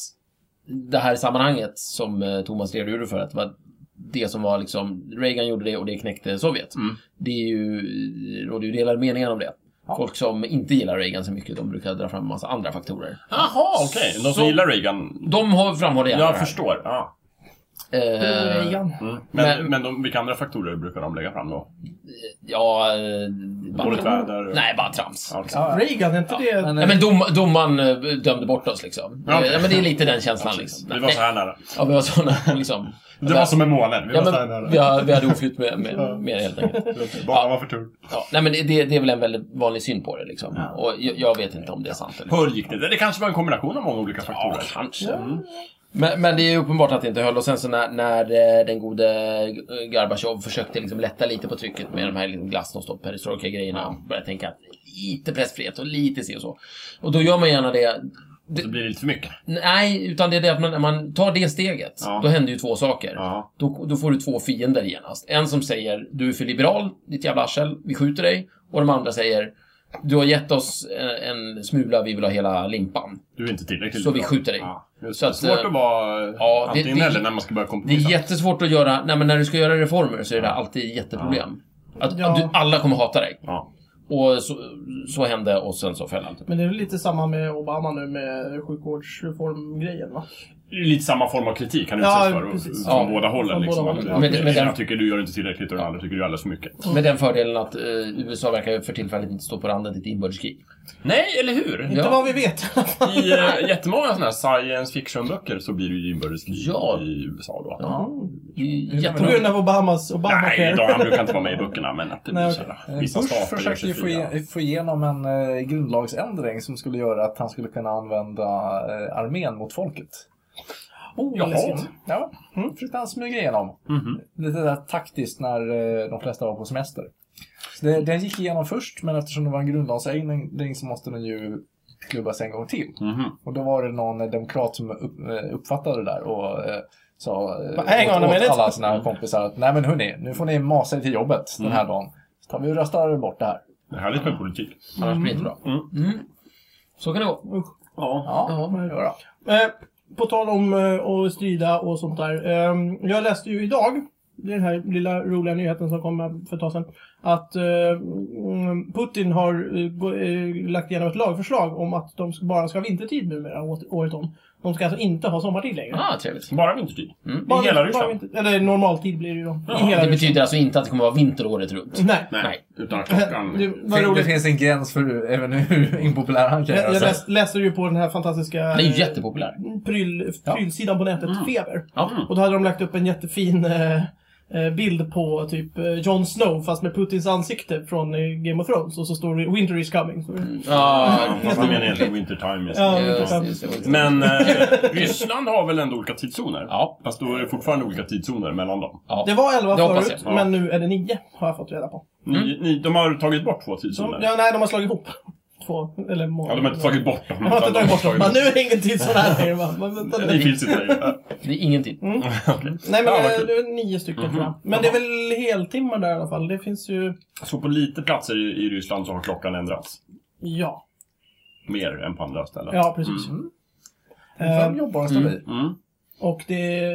Speaker 4: det här sammanhanget som eh, Thomas redogjorde för, att det var det som var liksom, Reagan gjorde det och det knäckte Sovjet.
Speaker 3: Mm.
Speaker 4: Det är ju, råder ju delade meningar om det. Folk som inte gillar Reagan så mycket, de brukar dra fram en massa andra faktorer.
Speaker 3: Jaha, Ah, okej. De som
Speaker 4: Så-
Speaker 3: gillar Reagan.
Speaker 4: De har framhåller gärna
Speaker 3: Jag
Speaker 4: det här.
Speaker 3: förstår. Ja.
Speaker 4: Eh,
Speaker 1: Reagan.
Speaker 3: Mm. Men, men,
Speaker 4: Men-
Speaker 3: de, vilka andra faktorer brukar de lägga fram då?
Speaker 4: ja... eh,
Speaker 3: Dåligt
Speaker 4: Bara,
Speaker 3: väder?
Speaker 4: nej, bara trams.
Speaker 3: Ja, okej.
Speaker 2: Ja, ja.
Speaker 1: Reagan, är inte det...
Speaker 2: Men,
Speaker 4: Nej,
Speaker 2: eh,
Speaker 4: men dom, domaren eh, dömde bort oss liksom.
Speaker 3: Ja, okej.
Speaker 4: Eh, Ja, men det är lite den känslan liksom.
Speaker 3: Det var så här nära.
Speaker 4: Ja, vi var såna liksom.
Speaker 3: Det var som med månen. Vi
Speaker 4: Ja,
Speaker 3: var så här
Speaker 4: men,
Speaker 3: nära.
Speaker 4: vi, har, vi hade oflytt med, med, med det helt enkelt.
Speaker 3: Bara var för tur.
Speaker 4: Ja, nej, men det, det det är väl en väldigt vanlig syn på det liksom. Och jag, jag vet inte om det är sant eller
Speaker 3: Hur gick det? Det kanske var en kombination av många olika faktorer.
Speaker 4: Kanske. Men, men det är ju uppenbart att det inte höll. Och sen så när, när eh, den gode eh, Gorbatjov försökte liksom lätta lite på trycket med de här liksom glasnost och perestrojka-grejerna. och Började tänka att lite pressfrihet och lite se och så. Och då gör man gärna det.
Speaker 3: Så blir det lite för mycket.
Speaker 4: Nej, utan det är det att man, när man tar det steget,
Speaker 3: Ja.
Speaker 4: då händer ju två saker.
Speaker 3: Ja.
Speaker 4: Då, då får du två fiender genast. En som säger du är för liberal, ditt jävla arsel, vi skjuter dig. Och de andra säger du har gett oss eh, en smula, vi vill ha hela limpan.
Speaker 3: Du är inte tillräckligt
Speaker 4: Så vi
Speaker 3: bra.
Speaker 4: skjuter dig.
Speaker 3: Ja. Det är
Speaker 4: Så att,
Speaker 3: svårt
Speaker 4: eh,
Speaker 3: att vara
Speaker 4: ja, det-
Speaker 3: antingen
Speaker 4: det-
Speaker 3: eller när man ska börja
Speaker 4: Det är
Speaker 3: kompromissa.
Speaker 4: jättesvårt att göra, nej men när du ska göra reformer så är det alltid jätteproblem. Att,
Speaker 1: Ja.
Speaker 4: att du, alla kommer hata dig.
Speaker 3: Ja.
Speaker 4: Och så, så hände och sen så föll allt.
Speaker 1: Men det är väl lite samma med Obama nu med sjukvårdsreformgrejen va?
Speaker 3: Det är ju lite samma form av kritik han
Speaker 1: Ja,
Speaker 3: utsätts för. och-
Speaker 1: precis.
Speaker 3: Från
Speaker 4: Ja.
Speaker 3: båda hållen.
Speaker 1: Från
Speaker 3: liksom.
Speaker 1: båda hållen.
Speaker 3: Att,
Speaker 4: Men- men
Speaker 3: den ena
Speaker 4: den-
Speaker 3: tycker du gör inte tillräckligt och den andra tycker du gör alldeles för mycket.
Speaker 4: Med den fördelen att eh, USA verkar ju för tillfället inte stå på randen till ett inbördeskrig.
Speaker 3: Nej, eller hur?
Speaker 1: Inte
Speaker 4: Ja.
Speaker 1: vad vi vet
Speaker 3: I eh, jättemånga sådana här science fiction-böcker så blir det ju inbördeskrig
Speaker 4: Ja.
Speaker 3: i USA då.
Speaker 4: Ja. Det är ju
Speaker 1: På
Speaker 4: jättemånga-
Speaker 1: grund av Obamas
Speaker 3: Nej,
Speaker 1: Obamacare.
Speaker 3: då, han brukar inte vara med i böckerna, men att det blir
Speaker 1: Nej,
Speaker 3: så här, vissa
Speaker 2: Eh, Bush
Speaker 3: stater gör
Speaker 2: försökte
Speaker 3: sig
Speaker 2: ju få,
Speaker 3: fria.
Speaker 2: i- få igenom en eh, grundlagsändring som skulle göra att han skulle kunna använda eh, armén mot folket.
Speaker 1: Oh,
Speaker 3: Jaha.
Speaker 1: läskigt.
Speaker 2: Ja, mm. försökte han smyga igenom.
Speaker 3: Mhm.
Speaker 2: Lite där taktiskt när eh, de flesta var på semester. Så det, den gick igenom först, men eftersom det var en grundlagsändring så måste den ju klubbas en gång till.
Speaker 3: Mhm.
Speaker 2: Och då var det någon eh, demokrat som upp, eh, uppfattade det där och eh, sa eh,
Speaker 1: Bara, hang on a
Speaker 2: åt, åt
Speaker 1: minute.
Speaker 2: alla sina kompisar att nej men hörni, nu får ni masa er till jobbet den
Speaker 1: Mm.
Speaker 2: här dagen. Så tar vi och röstar bort det här.
Speaker 3: Det är härligt med politik.
Speaker 4: Annars blir det inte bra.
Speaker 3: Mm.
Speaker 4: Mm. Så kan det gå.
Speaker 3: Ja.
Speaker 2: Ja, men då.
Speaker 1: Eh, på tal om eh, att strida och sånt där. Eh, jag läste ju idag, det är den här lilla roliga nyheten som kom här för ett tag sedan, att eh, mm, Putin har eh, gå- eh, lagt igenom ett lagförslag om att de bara ska ha vintertid numera å- året om. De ska alltså inte ha sommartid längre.
Speaker 4: Ah, trevligt.
Speaker 3: Bara vintertid.
Speaker 4: Mm.
Speaker 3: I hela
Speaker 1: bara
Speaker 3: Ryssland.
Speaker 1: vinter- eller normaltid blir det ju då. I hela
Speaker 4: Det
Speaker 1: Ryssland.
Speaker 4: betyder alltså inte att det kommer vara vinter året runt.
Speaker 1: Nej.
Speaker 3: Nej, utan att klockan...
Speaker 1: Det var
Speaker 2: Fin- Det
Speaker 1: roligt.
Speaker 2: finns en gräns för hur- även hur impopulär han kan
Speaker 1: Jag, jag
Speaker 2: göra sig.
Speaker 1: läs, läser ju på den här fantastiska
Speaker 4: alltså. Det är ju
Speaker 1: eh,
Speaker 4: jättepopulär.
Speaker 1: pryl, prylsidan på nätet, Feber.
Speaker 4: Ja.
Speaker 1: Och då hade de lagt upp en jättefin eh, eh, bild på typ eh, Jon Snow fast med Putins ansikte från eh, Game of Thrones och så står det “Winter is coming”. Så,
Speaker 3: Mm.
Speaker 4: Ja,
Speaker 3: Fast han menar egentligen wintertime. just
Speaker 1: Ja.
Speaker 3: nu.
Speaker 4: just det, just det, just det.
Speaker 3: Men eh, Ryssland har väl ändå olika tidszoner?
Speaker 4: Ja.
Speaker 3: Fast då är det fortfarande olika tidszoner mellan dem.
Speaker 1: Det var 11
Speaker 4: Det hoppas
Speaker 1: förut,
Speaker 4: jag,
Speaker 3: ja.
Speaker 1: men nu är det 9 har jag fått reda på.
Speaker 3: Ni, ni, de har tagit bort två
Speaker 1: De,
Speaker 3: tidszoner.
Speaker 1: Mm. ja, nej, de har slagit ihop. Två, eller mål.
Speaker 3: Ja, de har inte tagit bort dem.
Speaker 1: De har inte
Speaker 3: utan
Speaker 1: tagit bort dem.
Speaker 3: de har
Speaker 1: Men nu är det ingen tid sån här längre. va? Men vänta,
Speaker 3: Ni
Speaker 1: det-
Speaker 3: finns inte längre.
Speaker 4: Det är ingenting.
Speaker 1: Nej, men
Speaker 3: Ja, Mm-hmm. vad
Speaker 1: eh,
Speaker 3: kul.
Speaker 1: det är nio stycken tror jag. Men det är väl heltimmar där i alla fall. Det finns ju...
Speaker 3: Så på lite platser i, i Ryssland så har klockan ändrats.
Speaker 1: Ja,
Speaker 3: Mer än på andra ställen.
Speaker 1: ja precis. Eh,
Speaker 2: Fem jobbar stabilt.
Speaker 3: Mm.
Speaker 1: och det,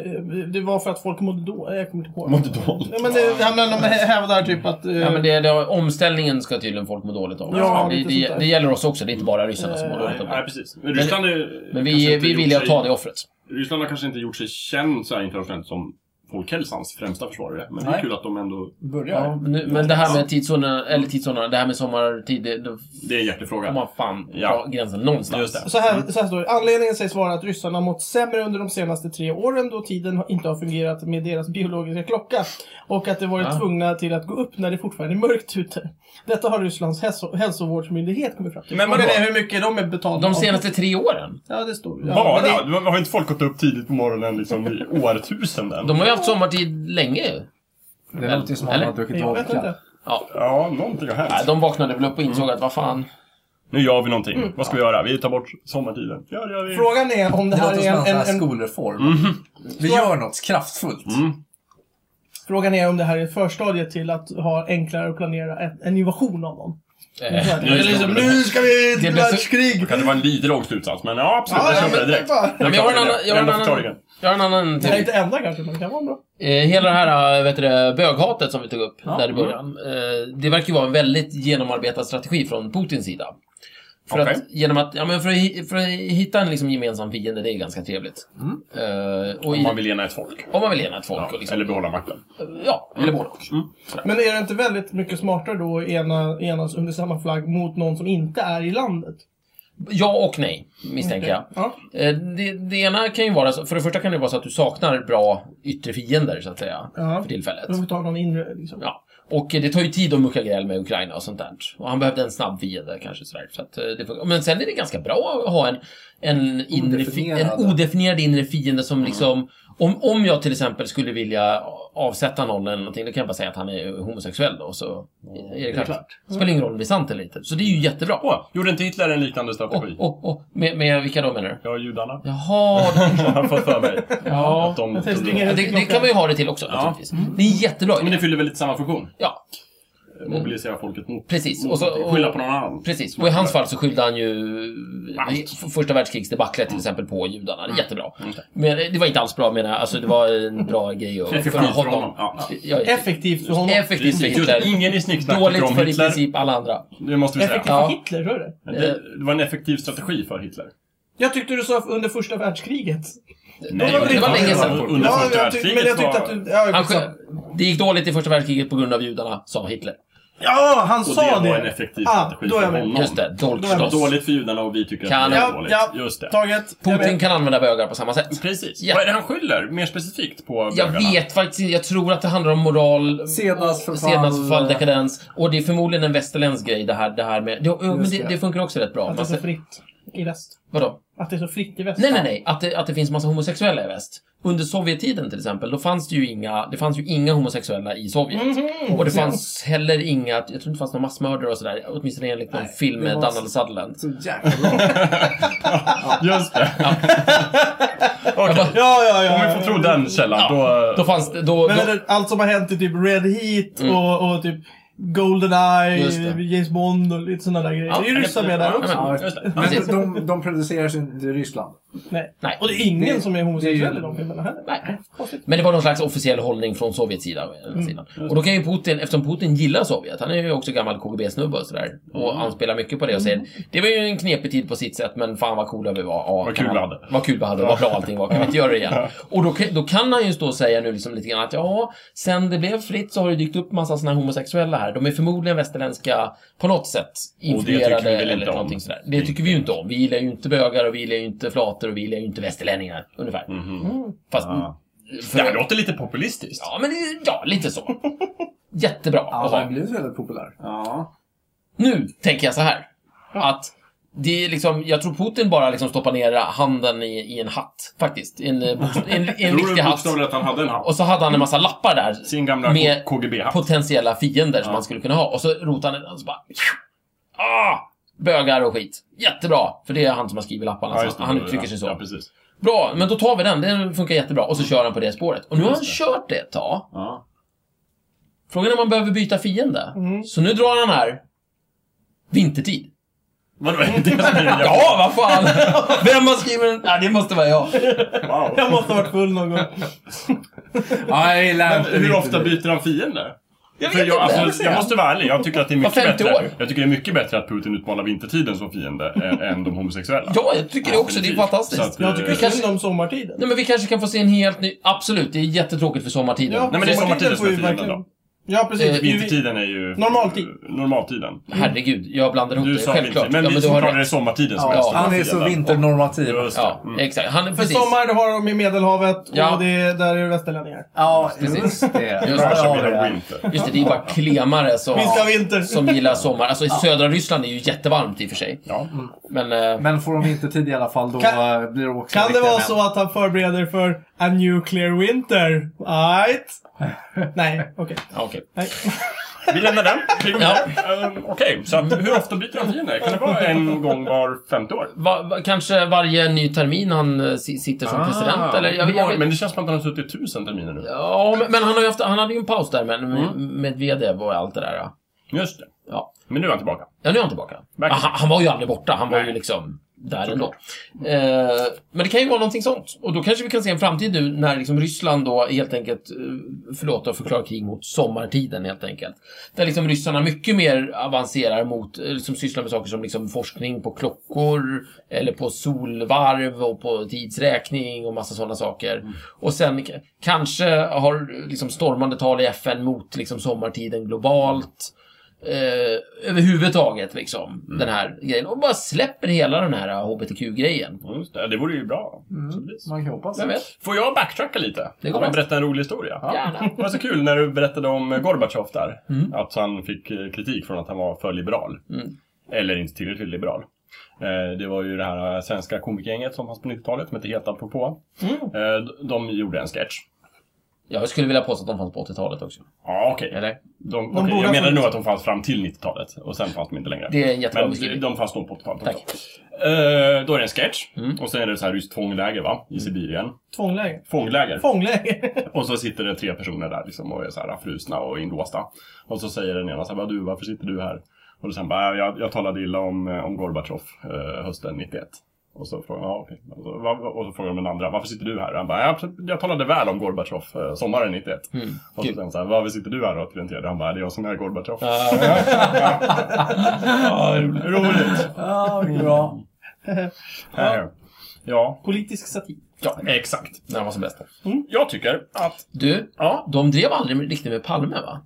Speaker 1: det var för att folk mådde då. Jag kommer inte ihåg.
Speaker 3: Mådde dåligt.
Speaker 1: Ja, men det, ja, men de hävdar typ att... eh,
Speaker 4: Ja, men det, det, har- omställningen ska tydligen folk må dåligt av.
Speaker 1: Ja,
Speaker 4: det,
Speaker 1: lite
Speaker 4: det,
Speaker 1: sånt där.
Speaker 4: det gäller oss också, det är inte bara ryssarna som mår dåligt
Speaker 3: Nej,
Speaker 4: av
Speaker 3: Eh, nej,
Speaker 4: det.
Speaker 3: precis. Men Ryssland är...
Speaker 4: Men
Speaker 3: kanske
Speaker 4: vi,
Speaker 3: inte
Speaker 4: vi
Speaker 3: gjort
Speaker 4: vill att
Speaker 3: sig-
Speaker 4: ta det offret.
Speaker 3: Ryssland har kanske inte gjort sig känd så här internationellt som folkhälsans främsta försvarare. Men det är
Speaker 2: Nej.
Speaker 3: kul att de ändå...
Speaker 2: Börjar.
Speaker 4: Ja, men, nu- men det här med tidszonerna, eller tidszonerna, det här med sommartid, det, då
Speaker 3: Det är en
Speaker 4: får
Speaker 3: hjärtefråga.
Speaker 4: man fan
Speaker 3: Ja.
Speaker 4: dra gränsen någonstans.
Speaker 3: Just det.
Speaker 1: Så här, så här står det. Anledningen sägs vara att ryssarna har mått sämre under de senaste tre åren då tiden har- inte har fungerat med deras biologiska klocka. Och att de varit
Speaker 4: Ja.
Speaker 1: tvungna till att gå upp när det fortfarande är mörkt ute. Detta har Rysslands hälso hälsovårdsmyndighet kommit fram till.
Speaker 3: Men
Speaker 1: Frågan
Speaker 3: vadå?
Speaker 1: är hur mycket de är betalda
Speaker 4: De
Speaker 1: av.
Speaker 4: senaste tre åren?
Speaker 1: Ja, det står ja,
Speaker 3: Bara?
Speaker 1: men det-
Speaker 3: Det... Har inte folk gått upp tidigt på morgonen liksom i årtusenden?
Speaker 4: De har ju haft sommartid länge.
Speaker 2: Det är någonting som han
Speaker 4: Eller?
Speaker 2: har druckit
Speaker 1: Jag vet
Speaker 2: vodka.
Speaker 1: inte.
Speaker 4: Ja.
Speaker 3: Ja, någonting har hänt.
Speaker 4: Nej, De vaknade väl upp och insåg att vad fan.
Speaker 3: Nu gör vi någonting.
Speaker 1: Mm.
Speaker 3: Vad ska vi göra? Vi tar bort sommartiden. Ja, det gör vi.
Speaker 1: Frågan är om det
Speaker 2: Det
Speaker 1: här
Speaker 2: låter
Speaker 1: är
Speaker 2: som en,
Speaker 1: en, en,
Speaker 2: sån här
Speaker 1: en,
Speaker 2: skolreform. Vi gör något kraftfullt.
Speaker 3: Mm.
Speaker 1: Frågan är om det här är förstadiet till att ha enklare att planera en, en invasion av dem.
Speaker 4: Eh,
Speaker 3: Nu är det liksom, nu ska vi...
Speaker 4: det är bäst-
Speaker 3: Det kanske var en lite lång slutsats, men ja, absolut.
Speaker 1: Ja,
Speaker 3: jag
Speaker 1: ja,
Speaker 3: köper det
Speaker 1: men-
Speaker 3: direkt.
Speaker 1: Ja,
Speaker 3: Det är
Speaker 4: men jag har en
Speaker 3: klart det är
Speaker 4: annan-
Speaker 3: det.
Speaker 4: jag har en
Speaker 3: Enda
Speaker 4: annan- Mm.
Speaker 3: förklaringen.
Speaker 4: Jag har en annan
Speaker 1: Det är
Speaker 4: teori.
Speaker 1: inte enda kanske, men det kan vara bra.
Speaker 4: Eh, Hela det här eh, vet du, det, böghatet som vi tog upp där i början.
Speaker 3: Mm.
Speaker 4: eh, Det verkar ju vara en väldigt genomarbetad strategi från Putins sida. För,
Speaker 3: Okej.
Speaker 4: att, genom att, ja, men för, att, hi- för att hitta en liksom gemensam fiende, det är ganska trevligt. Eh, och
Speaker 3: Mm. Om
Speaker 4: i,
Speaker 3: man vill ena ett folk.
Speaker 4: om man vill ena ett folk. och liksom,
Speaker 3: Eller behålla makten.
Speaker 4: ja, eller både och.
Speaker 1: Men är det inte väldigt mycket smartare då att ena, enas under samma flagg mot någon som inte är i landet?
Speaker 4: Ja och nej, misstänker jag.
Speaker 1: Ja.
Speaker 4: Eh, Det, det ena kan ju vara, så- för det första kan det vara så att du saknar bra yttre fiender, så att säga,
Speaker 1: Ja.
Speaker 4: för tillfället.
Speaker 1: Då får vi ta någon inre liksom.
Speaker 4: Ja. Och eh, det tar ju tid att mucka gräl med Ukraina och sånt där. Och han behövde en snabb fiende kanske sådär. Så att eh, det funkar. Men sen är det ganska bra att ha en, en, inre fi- en
Speaker 2: Odefinierad.
Speaker 4: odefinierad inre fiende som liksom... Om, om jag till exempel skulle vilja avsätta någon eller någonting, då kan jag bara säga att han är homosexuell då, så är det klart. Spelar ingen roll om det är sant eller inte. Så det är ju jättebra.
Speaker 3: Åh, gjorde inte Hitler en liknande strategi?
Speaker 4: Och, och, med, med vilka då menar du?
Speaker 3: Ja, judarna.
Speaker 4: Jaha,
Speaker 3: Jag har fått för mig.
Speaker 4: ja.
Speaker 3: Att de...
Speaker 1: Jag tänkte springa
Speaker 4: Ja,
Speaker 1: ut
Speaker 4: det,
Speaker 1: i
Speaker 4: det
Speaker 1: klockan.
Speaker 4: kan man ju ha det till också naturligtvis. Det är jättebra.
Speaker 3: Men det fyller väl lite samma funktion?
Speaker 4: Ja,
Speaker 3: Mobilisera folket mot...
Speaker 4: Mm. precis.
Speaker 3: mot
Speaker 4: Och så,
Speaker 3: någonting.
Speaker 4: och,
Speaker 3: Skylla på någon annan.
Speaker 4: Precis, och i hans fall så skyllde han ju
Speaker 3: Allt.
Speaker 4: f- första världskrigsdebaclet till exempel på judarna. Det är jättebra. Men det var inte alls bra menar jag. Alltså det var en bra grej att
Speaker 3: Effektivt
Speaker 4: för
Speaker 3: för
Speaker 4: honom.
Speaker 3: honom. Ja.
Speaker 4: Ja,
Speaker 1: Effektivt för honom.
Speaker 4: Effektivt för
Speaker 3: Precis, just det.
Speaker 4: Hitler.
Speaker 3: Ingen i snicksnack tycker
Speaker 4: Dåligt
Speaker 3: om
Speaker 4: för i
Speaker 3: Hitler.
Speaker 4: princip alla andra.
Speaker 3: Det måste vi
Speaker 1: Effektivt
Speaker 3: säga.
Speaker 4: Ja.
Speaker 1: för Hitler, tror du det?
Speaker 3: Det, det var en effektiv strategi för Hitler.
Speaker 1: Jag tyckte du sa under första världskriget.
Speaker 3: Nej,
Speaker 1: det var länge
Speaker 4: sedan.
Speaker 3: Under första
Speaker 1: jag tyckte,
Speaker 3: världskriget
Speaker 1: men jag tyckte
Speaker 3: var-
Speaker 1: att du... Ja,
Speaker 4: Han,
Speaker 1: han,
Speaker 4: skyll- det gick dåligt i första världskriget på grund av judarna, sa Hitler.
Speaker 1: ja, han
Speaker 3: Och
Speaker 1: sa
Speaker 3: det
Speaker 1: det.
Speaker 3: var en effektiv
Speaker 1: Ah,
Speaker 3: strategi
Speaker 1: då är jag
Speaker 3: för
Speaker 1: med.
Speaker 3: honom.
Speaker 4: Just det, dolk
Speaker 1: Då är det
Speaker 4: förstås.
Speaker 3: var dåligt för judarna och vi tycker att
Speaker 4: Kan-
Speaker 3: det var
Speaker 1: Ja,
Speaker 3: dåligt.
Speaker 1: ja.
Speaker 3: Just det.
Speaker 1: Taget. Jag
Speaker 4: Putin
Speaker 1: vet.
Speaker 4: kan använda bögar på samma sätt.
Speaker 3: Precis.
Speaker 4: Ja.
Speaker 3: Vad är det han skyller mer specifikt på
Speaker 4: Jag
Speaker 3: bögarna?
Speaker 4: vet faktiskt inte. Jag tror att det handlar om moral,
Speaker 2: Sednadsförfall.
Speaker 4: sednadsförfall, dekadens. Och det är förmodligen en västerländsk grej det här, det här med... Det, ja, men
Speaker 2: Just
Speaker 4: det,
Speaker 2: det.
Speaker 4: det funkar också rätt bra.
Speaker 1: Att det är så
Speaker 4: Massa,
Speaker 1: fritt i väst.
Speaker 4: vadå?
Speaker 1: Att det är så fritt i väst.
Speaker 4: Nej, nej, nej. Att det, att det finns massa homosexuella i väst. Under Sovjettiden till exempel, då fanns det ju inga, det fanns ju inga homosexuella i Sovjet. Och det fanns heller inga, jag tror inte det fanns några massmördare och sådär. Åtminstone enligt någon film
Speaker 2: det
Speaker 4: med
Speaker 2: var-
Speaker 4: Donald Sutherland.
Speaker 2: Så jäkla bra.
Speaker 3: Just det. Okej,
Speaker 1: Ja, ja, ja.
Speaker 3: om vi får tro den källan då...
Speaker 4: Då fanns det, då,
Speaker 1: Men
Speaker 4: då,
Speaker 1: eller, allt som har hänt i typ Red Heat och, och typ Goldeneye,
Speaker 4: Just det.
Speaker 1: James Bond och lite sådana där grejer. det är ju ryssar med där också.
Speaker 4: Ja,
Speaker 3: just det.
Speaker 2: Men de, de, de produceras ju inte i Ryssland.
Speaker 1: Nej.
Speaker 4: Nej.
Speaker 1: Och det är ingen
Speaker 2: Det-
Speaker 1: som är
Speaker 2: det är
Speaker 1: homosexuell
Speaker 2: ju-
Speaker 1: i de filmerna heller.
Speaker 4: Nej.
Speaker 1: Konstigt.
Speaker 4: Men det var någon slags officiell hållning från Sovjets sida. å
Speaker 3: Mm.
Speaker 4: ena sidan. Och då kan ju Putin, eftersom Putin gillar Sovjet, han är ju också gammal KGB-snubbe och sådär.
Speaker 3: Mm.
Speaker 4: Och anspelar mycket på det och säger det var ju en knepig tid på sitt sätt, men fan vad coola vi var. Ja,
Speaker 3: Vad
Speaker 4: kan
Speaker 3: kul
Speaker 4: man-
Speaker 3: vi hade."
Speaker 4: Vad kul vi hade, och vad bra allting var. Kan vi inte göra det igen? Och då, kan- då kan han ju stå och säga nu liksom lite grann att ja, sen det blev fritt så har det dykt upp massa sådana här homosexuella här. De är förmodligen västerländska på något sätt
Speaker 3: tycker vi väl
Speaker 4: influerade
Speaker 3: inte
Speaker 4: eller
Speaker 3: om. Mm.
Speaker 4: någonting sådär. Det tycker vi ju inte om.
Speaker 3: Mm-hmm.
Speaker 4: Vi gillar ju inte bögar och vi gillar ju inte flator och vi gillar ju inte västerlänningar, ungefär. Fast
Speaker 3: Ah.
Speaker 4: För-
Speaker 3: Det här låter lite populistiskt.
Speaker 4: Ja, men det- ja, lite så. Jättebra att
Speaker 2: Ja,
Speaker 4: ha.
Speaker 2: han blev väldigt populär.
Speaker 5: Ja.
Speaker 4: Nu tänker jag så här. Att det är liksom, jag tror Putin bara liksom stoppar ner handen i, i en hatt, faktiskt. I en, eh, bokst- i en, i en
Speaker 5: Tror
Speaker 4: riktig
Speaker 5: du
Speaker 4: hatt.
Speaker 5: bokstavligen att han hade en hatt?
Speaker 4: Och så hade han en massa lappar där.
Speaker 3: Sin gamla
Speaker 4: Med-
Speaker 3: KGB-hatt.
Speaker 4: Potentiella fiender som
Speaker 5: Ja.
Speaker 4: man skulle kunna ha. Och så rotar han den och så bara... Ah! Bögar och skit. Jättebra! För det är han som har skrivit lapparna.
Speaker 3: Ja, just
Speaker 4: så
Speaker 3: det.
Speaker 4: han uttrycker sig så.
Speaker 3: Ja, precis.
Speaker 4: Bra, men då tar vi den. Den funkar jättebra. Och så kör han på det spåret. Och nu har han
Speaker 3: Just
Speaker 4: kört det ett tag.
Speaker 5: Ja.
Speaker 4: Frågan är om man behöver byta fiende.
Speaker 1: Mm.
Speaker 4: Så nu drar han här. Vintertid.
Speaker 3: Vadå, är det det som är det nya?
Speaker 4: Ja, vad fan! Vem har skrivit den? Ja, det måste vara jag.
Speaker 3: Wow.
Speaker 1: Jag måste ha varit full någon gång.
Speaker 2: Ja, jag gillar
Speaker 3: Men
Speaker 2: inte
Speaker 3: hur
Speaker 2: riktigt
Speaker 3: ofta
Speaker 2: det.
Speaker 3: byter han fiende?
Speaker 4: Jag
Speaker 3: För
Speaker 4: vet
Speaker 3: jag,
Speaker 4: inte.
Speaker 3: alltså, jag måste vara ärlig, jag tycker att det är mycket
Speaker 4: 50
Speaker 3: bättre.
Speaker 4: år.
Speaker 3: Jag tycker det är mycket bättre att Putin utmanar vintertiden som fiende än, än de homosexuella.
Speaker 4: Ja, jag tycker det också. Det är fantastiskt.
Speaker 3: Så att,
Speaker 1: Jag
Speaker 3: eh,
Speaker 1: tycker synd om sommartiden.
Speaker 4: Nej, men vi kanske kan få se en helt ny... Absolut, det är jättetråkigt för sommartiden.
Speaker 1: Ja,
Speaker 3: Nej, men det är sommartiden
Speaker 1: får ju
Speaker 3: som är fienden
Speaker 1: verkligen- Ja, precis.
Speaker 4: Eh,
Speaker 1: Vi-
Speaker 3: Vintertiden är ju...
Speaker 1: Normaltid.
Speaker 3: Normaltiden.
Speaker 4: Herregud, jag blandar ihop
Speaker 3: Du
Speaker 4: det.
Speaker 3: sa
Speaker 4: Självklart.
Speaker 3: vintertid, men
Speaker 4: ja,
Speaker 3: vi
Speaker 4: men du
Speaker 3: som
Speaker 4: har
Speaker 3: pratar är
Speaker 4: rätt.
Speaker 3: sommartiden som
Speaker 4: Ja,
Speaker 3: är stora
Speaker 2: Han är så
Speaker 3: fienden.
Speaker 2: vinternormativ.
Speaker 3: Just det.
Speaker 4: Ja,
Speaker 3: Mm.
Speaker 4: exakt. Han är
Speaker 1: För
Speaker 4: precis...
Speaker 1: sommar, det har de i Medelhavet
Speaker 4: Ja.
Speaker 1: och det, är- där är det västerlänningar.
Speaker 2: Ja,
Speaker 4: Precis.
Speaker 2: just det.
Speaker 4: Just
Speaker 2: Där
Speaker 3: Bara som
Speaker 2: har vi
Speaker 3: medan
Speaker 2: det.
Speaker 3: winter.
Speaker 4: Just det, det är bara klemare som,
Speaker 1: Vi ska ha vinter.
Speaker 4: som gillar sommar. Alltså, i södra Ryssland är ju jättevarmt i och för sig.
Speaker 3: Ja.
Speaker 4: Men... eh,
Speaker 2: Men får de vintertid i alla fall, då
Speaker 1: Kan-
Speaker 2: eh, blir det också
Speaker 1: Kan det
Speaker 2: riktiga
Speaker 1: vara
Speaker 2: män.
Speaker 1: så att han förbereder för a nuclear winter? Right? Nej, okej.
Speaker 4: ja, okej.
Speaker 1: Nej.
Speaker 3: Vi lämnar den. Vi går
Speaker 4: Ja.
Speaker 3: vidare. Ehm, Okej, så att, hur ofta byter han fiende? Kan det vara en gång var femte år?
Speaker 4: Va, va, kanske varje ny termin han eh, si- sitter
Speaker 1: Ah,
Speaker 4: som
Speaker 2: Ah.
Speaker 4: president, eller? Jag,
Speaker 3: Hur
Speaker 4: vet- jag
Speaker 3: många-
Speaker 4: vet,
Speaker 3: Men det känns som att han har suttit tusen terminer nu.
Speaker 4: Ja, men, men han, har ju haft, han hade ju en paus där med, med, med Medvedev och allt det där. Ja,
Speaker 3: Just det.
Speaker 4: ja.
Speaker 3: Men nu är han tillbaka.
Speaker 4: ja nu är han tillbaka. Ah,
Speaker 3: Verkligen.
Speaker 4: Han, han var ju aldrig borta, han var
Speaker 3: Nej.
Speaker 4: ju liksom där ändå. Eh, men det kan ju vara någonting sånt. Och då kanske vi kan se en framtid nu när liksom Ryssland då helt enkelt, eh, förlåt, då förklarar krig mot sommartiden helt enkelt. Där liksom ryssarna mycket mer avancerar mot, eh, liksom sysslar med saker som liksom forskning på klockor, eller på solvarv och på tidsräkning och massa sådana saker.
Speaker 3: Mm.
Speaker 4: Och sen k- kanske har liksom stormande tal i FN mot liksom sommartiden globalt. Eh, överhuvudtaget liksom, den här grejen. Och bara släpper hela den här HBTQ-grejen.
Speaker 3: Just det. det vore ju bra. Absolut.
Speaker 2: Man kan hoppas.
Speaker 4: Vem vet?
Speaker 3: Får jag backtracka lite?
Speaker 4: Mm. Det går
Speaker 3: och
Speaker 4: bra.
Speaker 3: berätta en rolig historia?
Speaker 4: Gärna.
Speaker 3: Det var så kul när du berättade om Gorbatjov där. Att han fick eh, kritik från att han var för liberal.
Speaker 4: Mm.
Speaker 3: Eller inte tillräckligt liberal. Eh, Det var ju det här svenska komikergänget som fanns på 90-talet som hette Het apropå.
Speaker 4: Mm.
Speaker 3: Eh, d- De gjorde en sketch.
Speaker 4: Jag skulle vilja påstå att de fanns på 80-talet också.
Speaker 3: Ja, okej.
Speaker 4: Eller?
Speaker 3: De,
Speaker 1: De
Speaker 3: okej,
Speaker 1: borde
Speaker 3: jag
Speaker 1: ha
Speaker 3: menade
Speaker 1: funnits.
Speaker 3: nog att de fanns fram till 90-talet och sen fanns de inte längre.
Speaker 4: Det är en jättebra
Speaker 3: Men
Speaker 4: beskrivning.
Speaker 3: de fanns nog på 80-talet
Speaker 4: Tack.
Speaker 3: också. Eh, Då är det en sketch
Speaker 4: Mm.
Speaker 3: och sen är det så här ryskt fångläger va? i Sibirien.
Speaker 1: Tvångläger.
Speaker 3: Fångläger.
Speaker 1: Fångläger.
Speaker 3: Och så sitter det tre personer där liksom och är så här frusna och inlåsta. Och så säger den ena så här, "Vad du, varför sitter du här? Och då säger han bara, "Äh, jag, jag talade illa om, eh, om Gorbatjov eh, hösten 91. Och så frågar han, "Ja, okej." och, så, "Va- va?" och så frågar de den andra, varför sitter du här? Och han bara, jag, jag talade väl om Gorbatjov eh, sommaren 91.
Speaker 4: Mm,
Speaker 3: Och så
Speaker 4: kul.
Speaker 3: säger han så här, varför sitter du här och orienterar Han bara, det är jag som är Gorbatjov.
Speaker 4: Ja,
Speaker 3: Ja, roligt.
Speaker 2: Ja, bra.
Speaker 3: Ja. ja,
Speaker 1: Politisk satir.
Speaker 3: ja, exakt.
Speaker 4: när de var som bäst.
Speaker 3: Jag tycker att,
Speaker 4: Du,
Speaker 3: ja,
Speaker 4: de drev aldrig med- riktigt med Palme, va?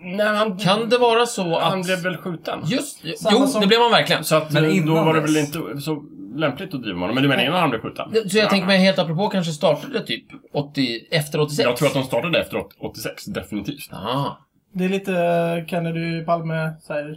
Speaker 3: när han,
Speaker 4: Kan det vara så att...
Speaker 3: han blev väl skjuten?
Speaker 4: Just
Speaker 1: Samma
Speaker 4: Jo,
Speaker 1: som-
Speaker 4: det blev han verkligen.
Speaker 3: Så att,
Speaker 2: Men
Speaker 3: men då
Speaker 2: innan
Speaker 3: var det väl
Speaker 2: dess.
Speaker 3: inte så lämpligt att driva med honom. Men du menar innan han blev skjuten?
Speaker 4: Så jag tänker mig helt apropå kanske startade typ 80, efter 86?
Speaker 3: Jag tror att de startade efter 86, definitivt.
Speaker 4: Ah,
Speaker 1: Det är lite eh, Kennedy, Palme, så här,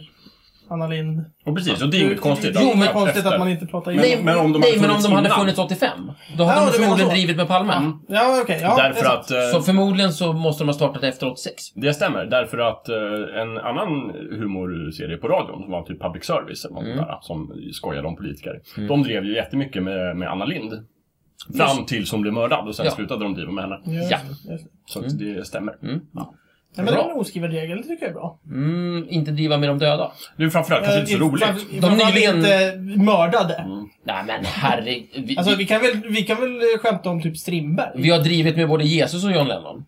Speaker 1: Anna Lind.
Speaker 3: Och precis, och det är inget konstigt.
Speaker 1: Det är
Speaker 3: att-
Speaker 1: inget
Speaker 3: att
Speaker 1: konstigt
Speaker 3: efter-
Speaker 1: att man inte pratar
Speaker 3: Men-
Speaker 1: igenom.
Speaker 4: nej, men om de, nej, men om de hade
Speaker 3: innan.
Speaker 4: funnits 85, då hade
Speaker 1: Ja, du menar
Speaker 4: de förmodligen
Speaker 1: så. Mm.
Speaker 4: drivit med Palme.
Speaker 1: Ja, okej. ja, det är
Speaker 3: Därför
Speaker 1: sant.
Speaker 3: att... eh,
Speaker 4: Så förmodligen så måste de ha startat efter 86.
Speaker 3: Det stämmer, därför att eh, en annan humorserie på radion, som var typ public service eller något sånt där, som skojade om politiker. De drev ju jättemycket med, med Anna Lind Fram tills hon blev mördad och sen
Speaker 4: Ja.
Speaker 3: slutade de driva med henne.
Speaker 1: Just
Speaker 4: Ja.
Speaker 1: det, just det.
Speaker 3: Så att det stämmer.
Speaker 1: Nej, men det
Speaker 4: Bra.
Speaker 1: är en oskriven regel, det tycker jag är bra.
Speaker 4: Mm, inte driva med de döda.
Speaker 3: Det är framförallt kanske inte så
Speaker 1: Eh, i-
Speaker 3: roligt. Mm.
Speaker 1: framför- framförallt
Speaker 4: nyligen-
Speaker 1: inte mördade.
Speaker 4: Nej men herregud. Vi,
Speaker 1: Alltså, vi
Speaker 4: vi,
Speaker 1: kan, väl, vi kan väl skämta om typ Strindberg?
Speaker 4: vi har drivit med både Jesus och John Lennon.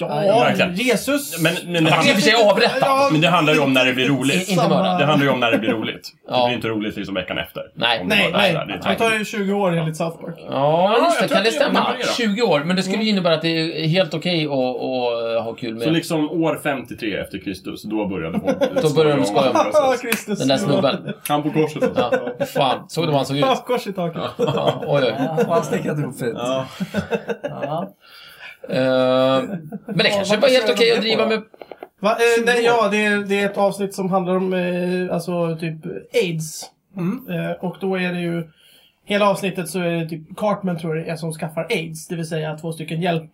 Speaker 1: Ja,
Speaker 3: verkligen.
Speaker 1: Eh, Jesus.
Speaker 3: Men, men, det
Speaker 4: Han blir i och
Speaker 3: handlar,
Speaker 4: för sig avrättad.
Speaker 1: Ja,
Speaker 3: men det handlar ju om när det blir roligt.
Speaker 4: Inte bara.
Speaker 3: Det handlar ju om när det blir roligt.
Speaker 4: Ja.
Speaker 3: Det blir inte roligt liksom veckan efter.
Speaker 4: Nej.
Speaker 3: Om det
Speaker 1: Nej,
Speaker 3: bara är
Speaker 1: nej.
Speaker 3: så här, det är
Speaker 1: Det
Speaker 3: tråkigt.
Speaker 1: tar ju 20 år enligt South Park.
Speaker 4: Ja, just det.
Speaker 3: jag tror
Speaker 4: Kan det
Speaker 3: att det är
Speaker 4: stämma?
Speaker 3: jättebra.
Speaker 4: 20 år. Men det
Speaker 1: Mm.
Speaker 4: skulle ju innebära att det är helt okej att, att, att ha kul
Speaker 3: Så
Speaker 4: med
Speaker 3: liksom år 53 efter Kristus, då började folk...
Speaker 4: Då började de skoja om
Speaker 1: Ah, Kristus.
Speaker 4: den där snubben.
Speaker 3: Han på korset alltså.
Speaker 4: Ja, fan. Såg du vad han såg ut?
Speaker 1: Ah, Kors i taket.
Speaker 4: Ja, oj, oj.
Speaker 2: Ja, och han snickrat ihop fint.
Speaker 3: Ja.
Speaker 2: Ja.
Speaker 4: Eh, men det kanske var helt okej att driva med...
Speaker 1: Va? Eh, nej, ja, det är, det är ett avsnitt som handlar om eh, alltså, typ AIDS.
Speaker 4: Mm.
Speaker 1: Eh, och då är det ju... Hela avsnittet så är det typ Cartman tror jag det är som skaffar AIDS. Det vill säga två stycken hjälp...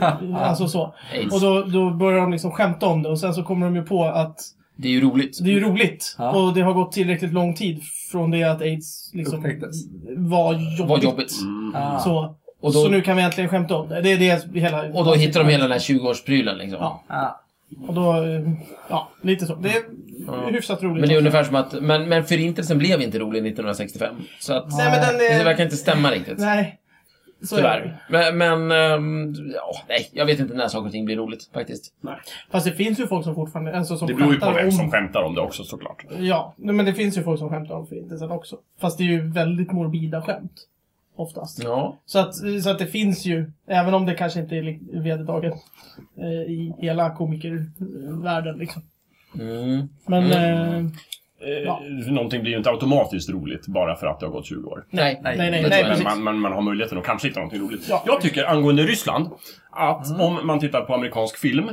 Speaker 1: Eh, alltså så.
Speaker 4: AIDS.
Speaker 1: Och då, då börjar de liksom skämta om det och sen så kommer de ju på att
Speaker 4: Det är ju roligt.
Speaker 1: det är ju roligt.
Speaker 2: Ja.
Speaker 1: Och det har gått tillräckligt lång tid från det att AIDS liksom
Speaker 2: Upptäcktes.
Speaker 1: var jobbigt.
Speaker 4: Vad jobbigt.
Speaker 3: Mm.
Speaker 2: Ah.
Speaker 1: Så,
Speaker 4: Och då-
Speaker 1: så nu kan vi äntligen skämta om det. Det är det hela...
Speaker 4: Och då hittar de hela den här 20-årsprylen liksom.
Speaker 1: Ja.
Speaker 2: Ja.
Speaker 1: Och då, eh, ja, lite så. Det är hyfsat roligt.
Speaker 4: Men det är ungefär som att, men, men förintelsen blev inte rolig 1965. Så att,
Speaker 1: Nej, men den är...
Speaker 4: det verkar inte stämma riktigt.
Speaker 1: Nej. Så är det.
Speaker 4: Tyvärr. Mm. Men, men ehm, ja, nej, jag vet inte när saker och ting blir roligt faktiskt.
Speaker 1: Fast det finns ju folk som fortfarande... Alltså, som
Speaker 3: Det beror ju på
Speaker 1: skämtar
Speaker 3: vem
Speaker 1: om...
Speaker 3: som skämtar om det också såklart.
Speaker 1: Ja, nej, men det finns ju folk som skämtar om förintelsen också. Fast det är ju väldigt morbida skämt. Oftast.
Speaker 4: Ja.
Speaker 1: Så, att, så att det finns ju, även om det kanske inte är li- vedertaget eh, i hela komikervärlden liksom.
Speaker 4: Mm.
Speaker 1: Men... Eh,
Speaker 3: Eh, Någonting blir ju inte automatiskt roligt bara för att det har gått 20 år.
Speaker 4: Nej.
Speaker 2: Nej,
Speaker 1: nej, nej,
Speaker 4: det tror
Speaker 1: nej
Speaker 4: jag.
Speaker 3: Men
Speaker 1: precis.
Speaker 3: man, man, man har möjligheten att kanske hitta någonting roligt.
Speaker 1: Ja. Mm.
Speaker 3: Jag tycker angående Ryssland att om man tittar på amerikansk film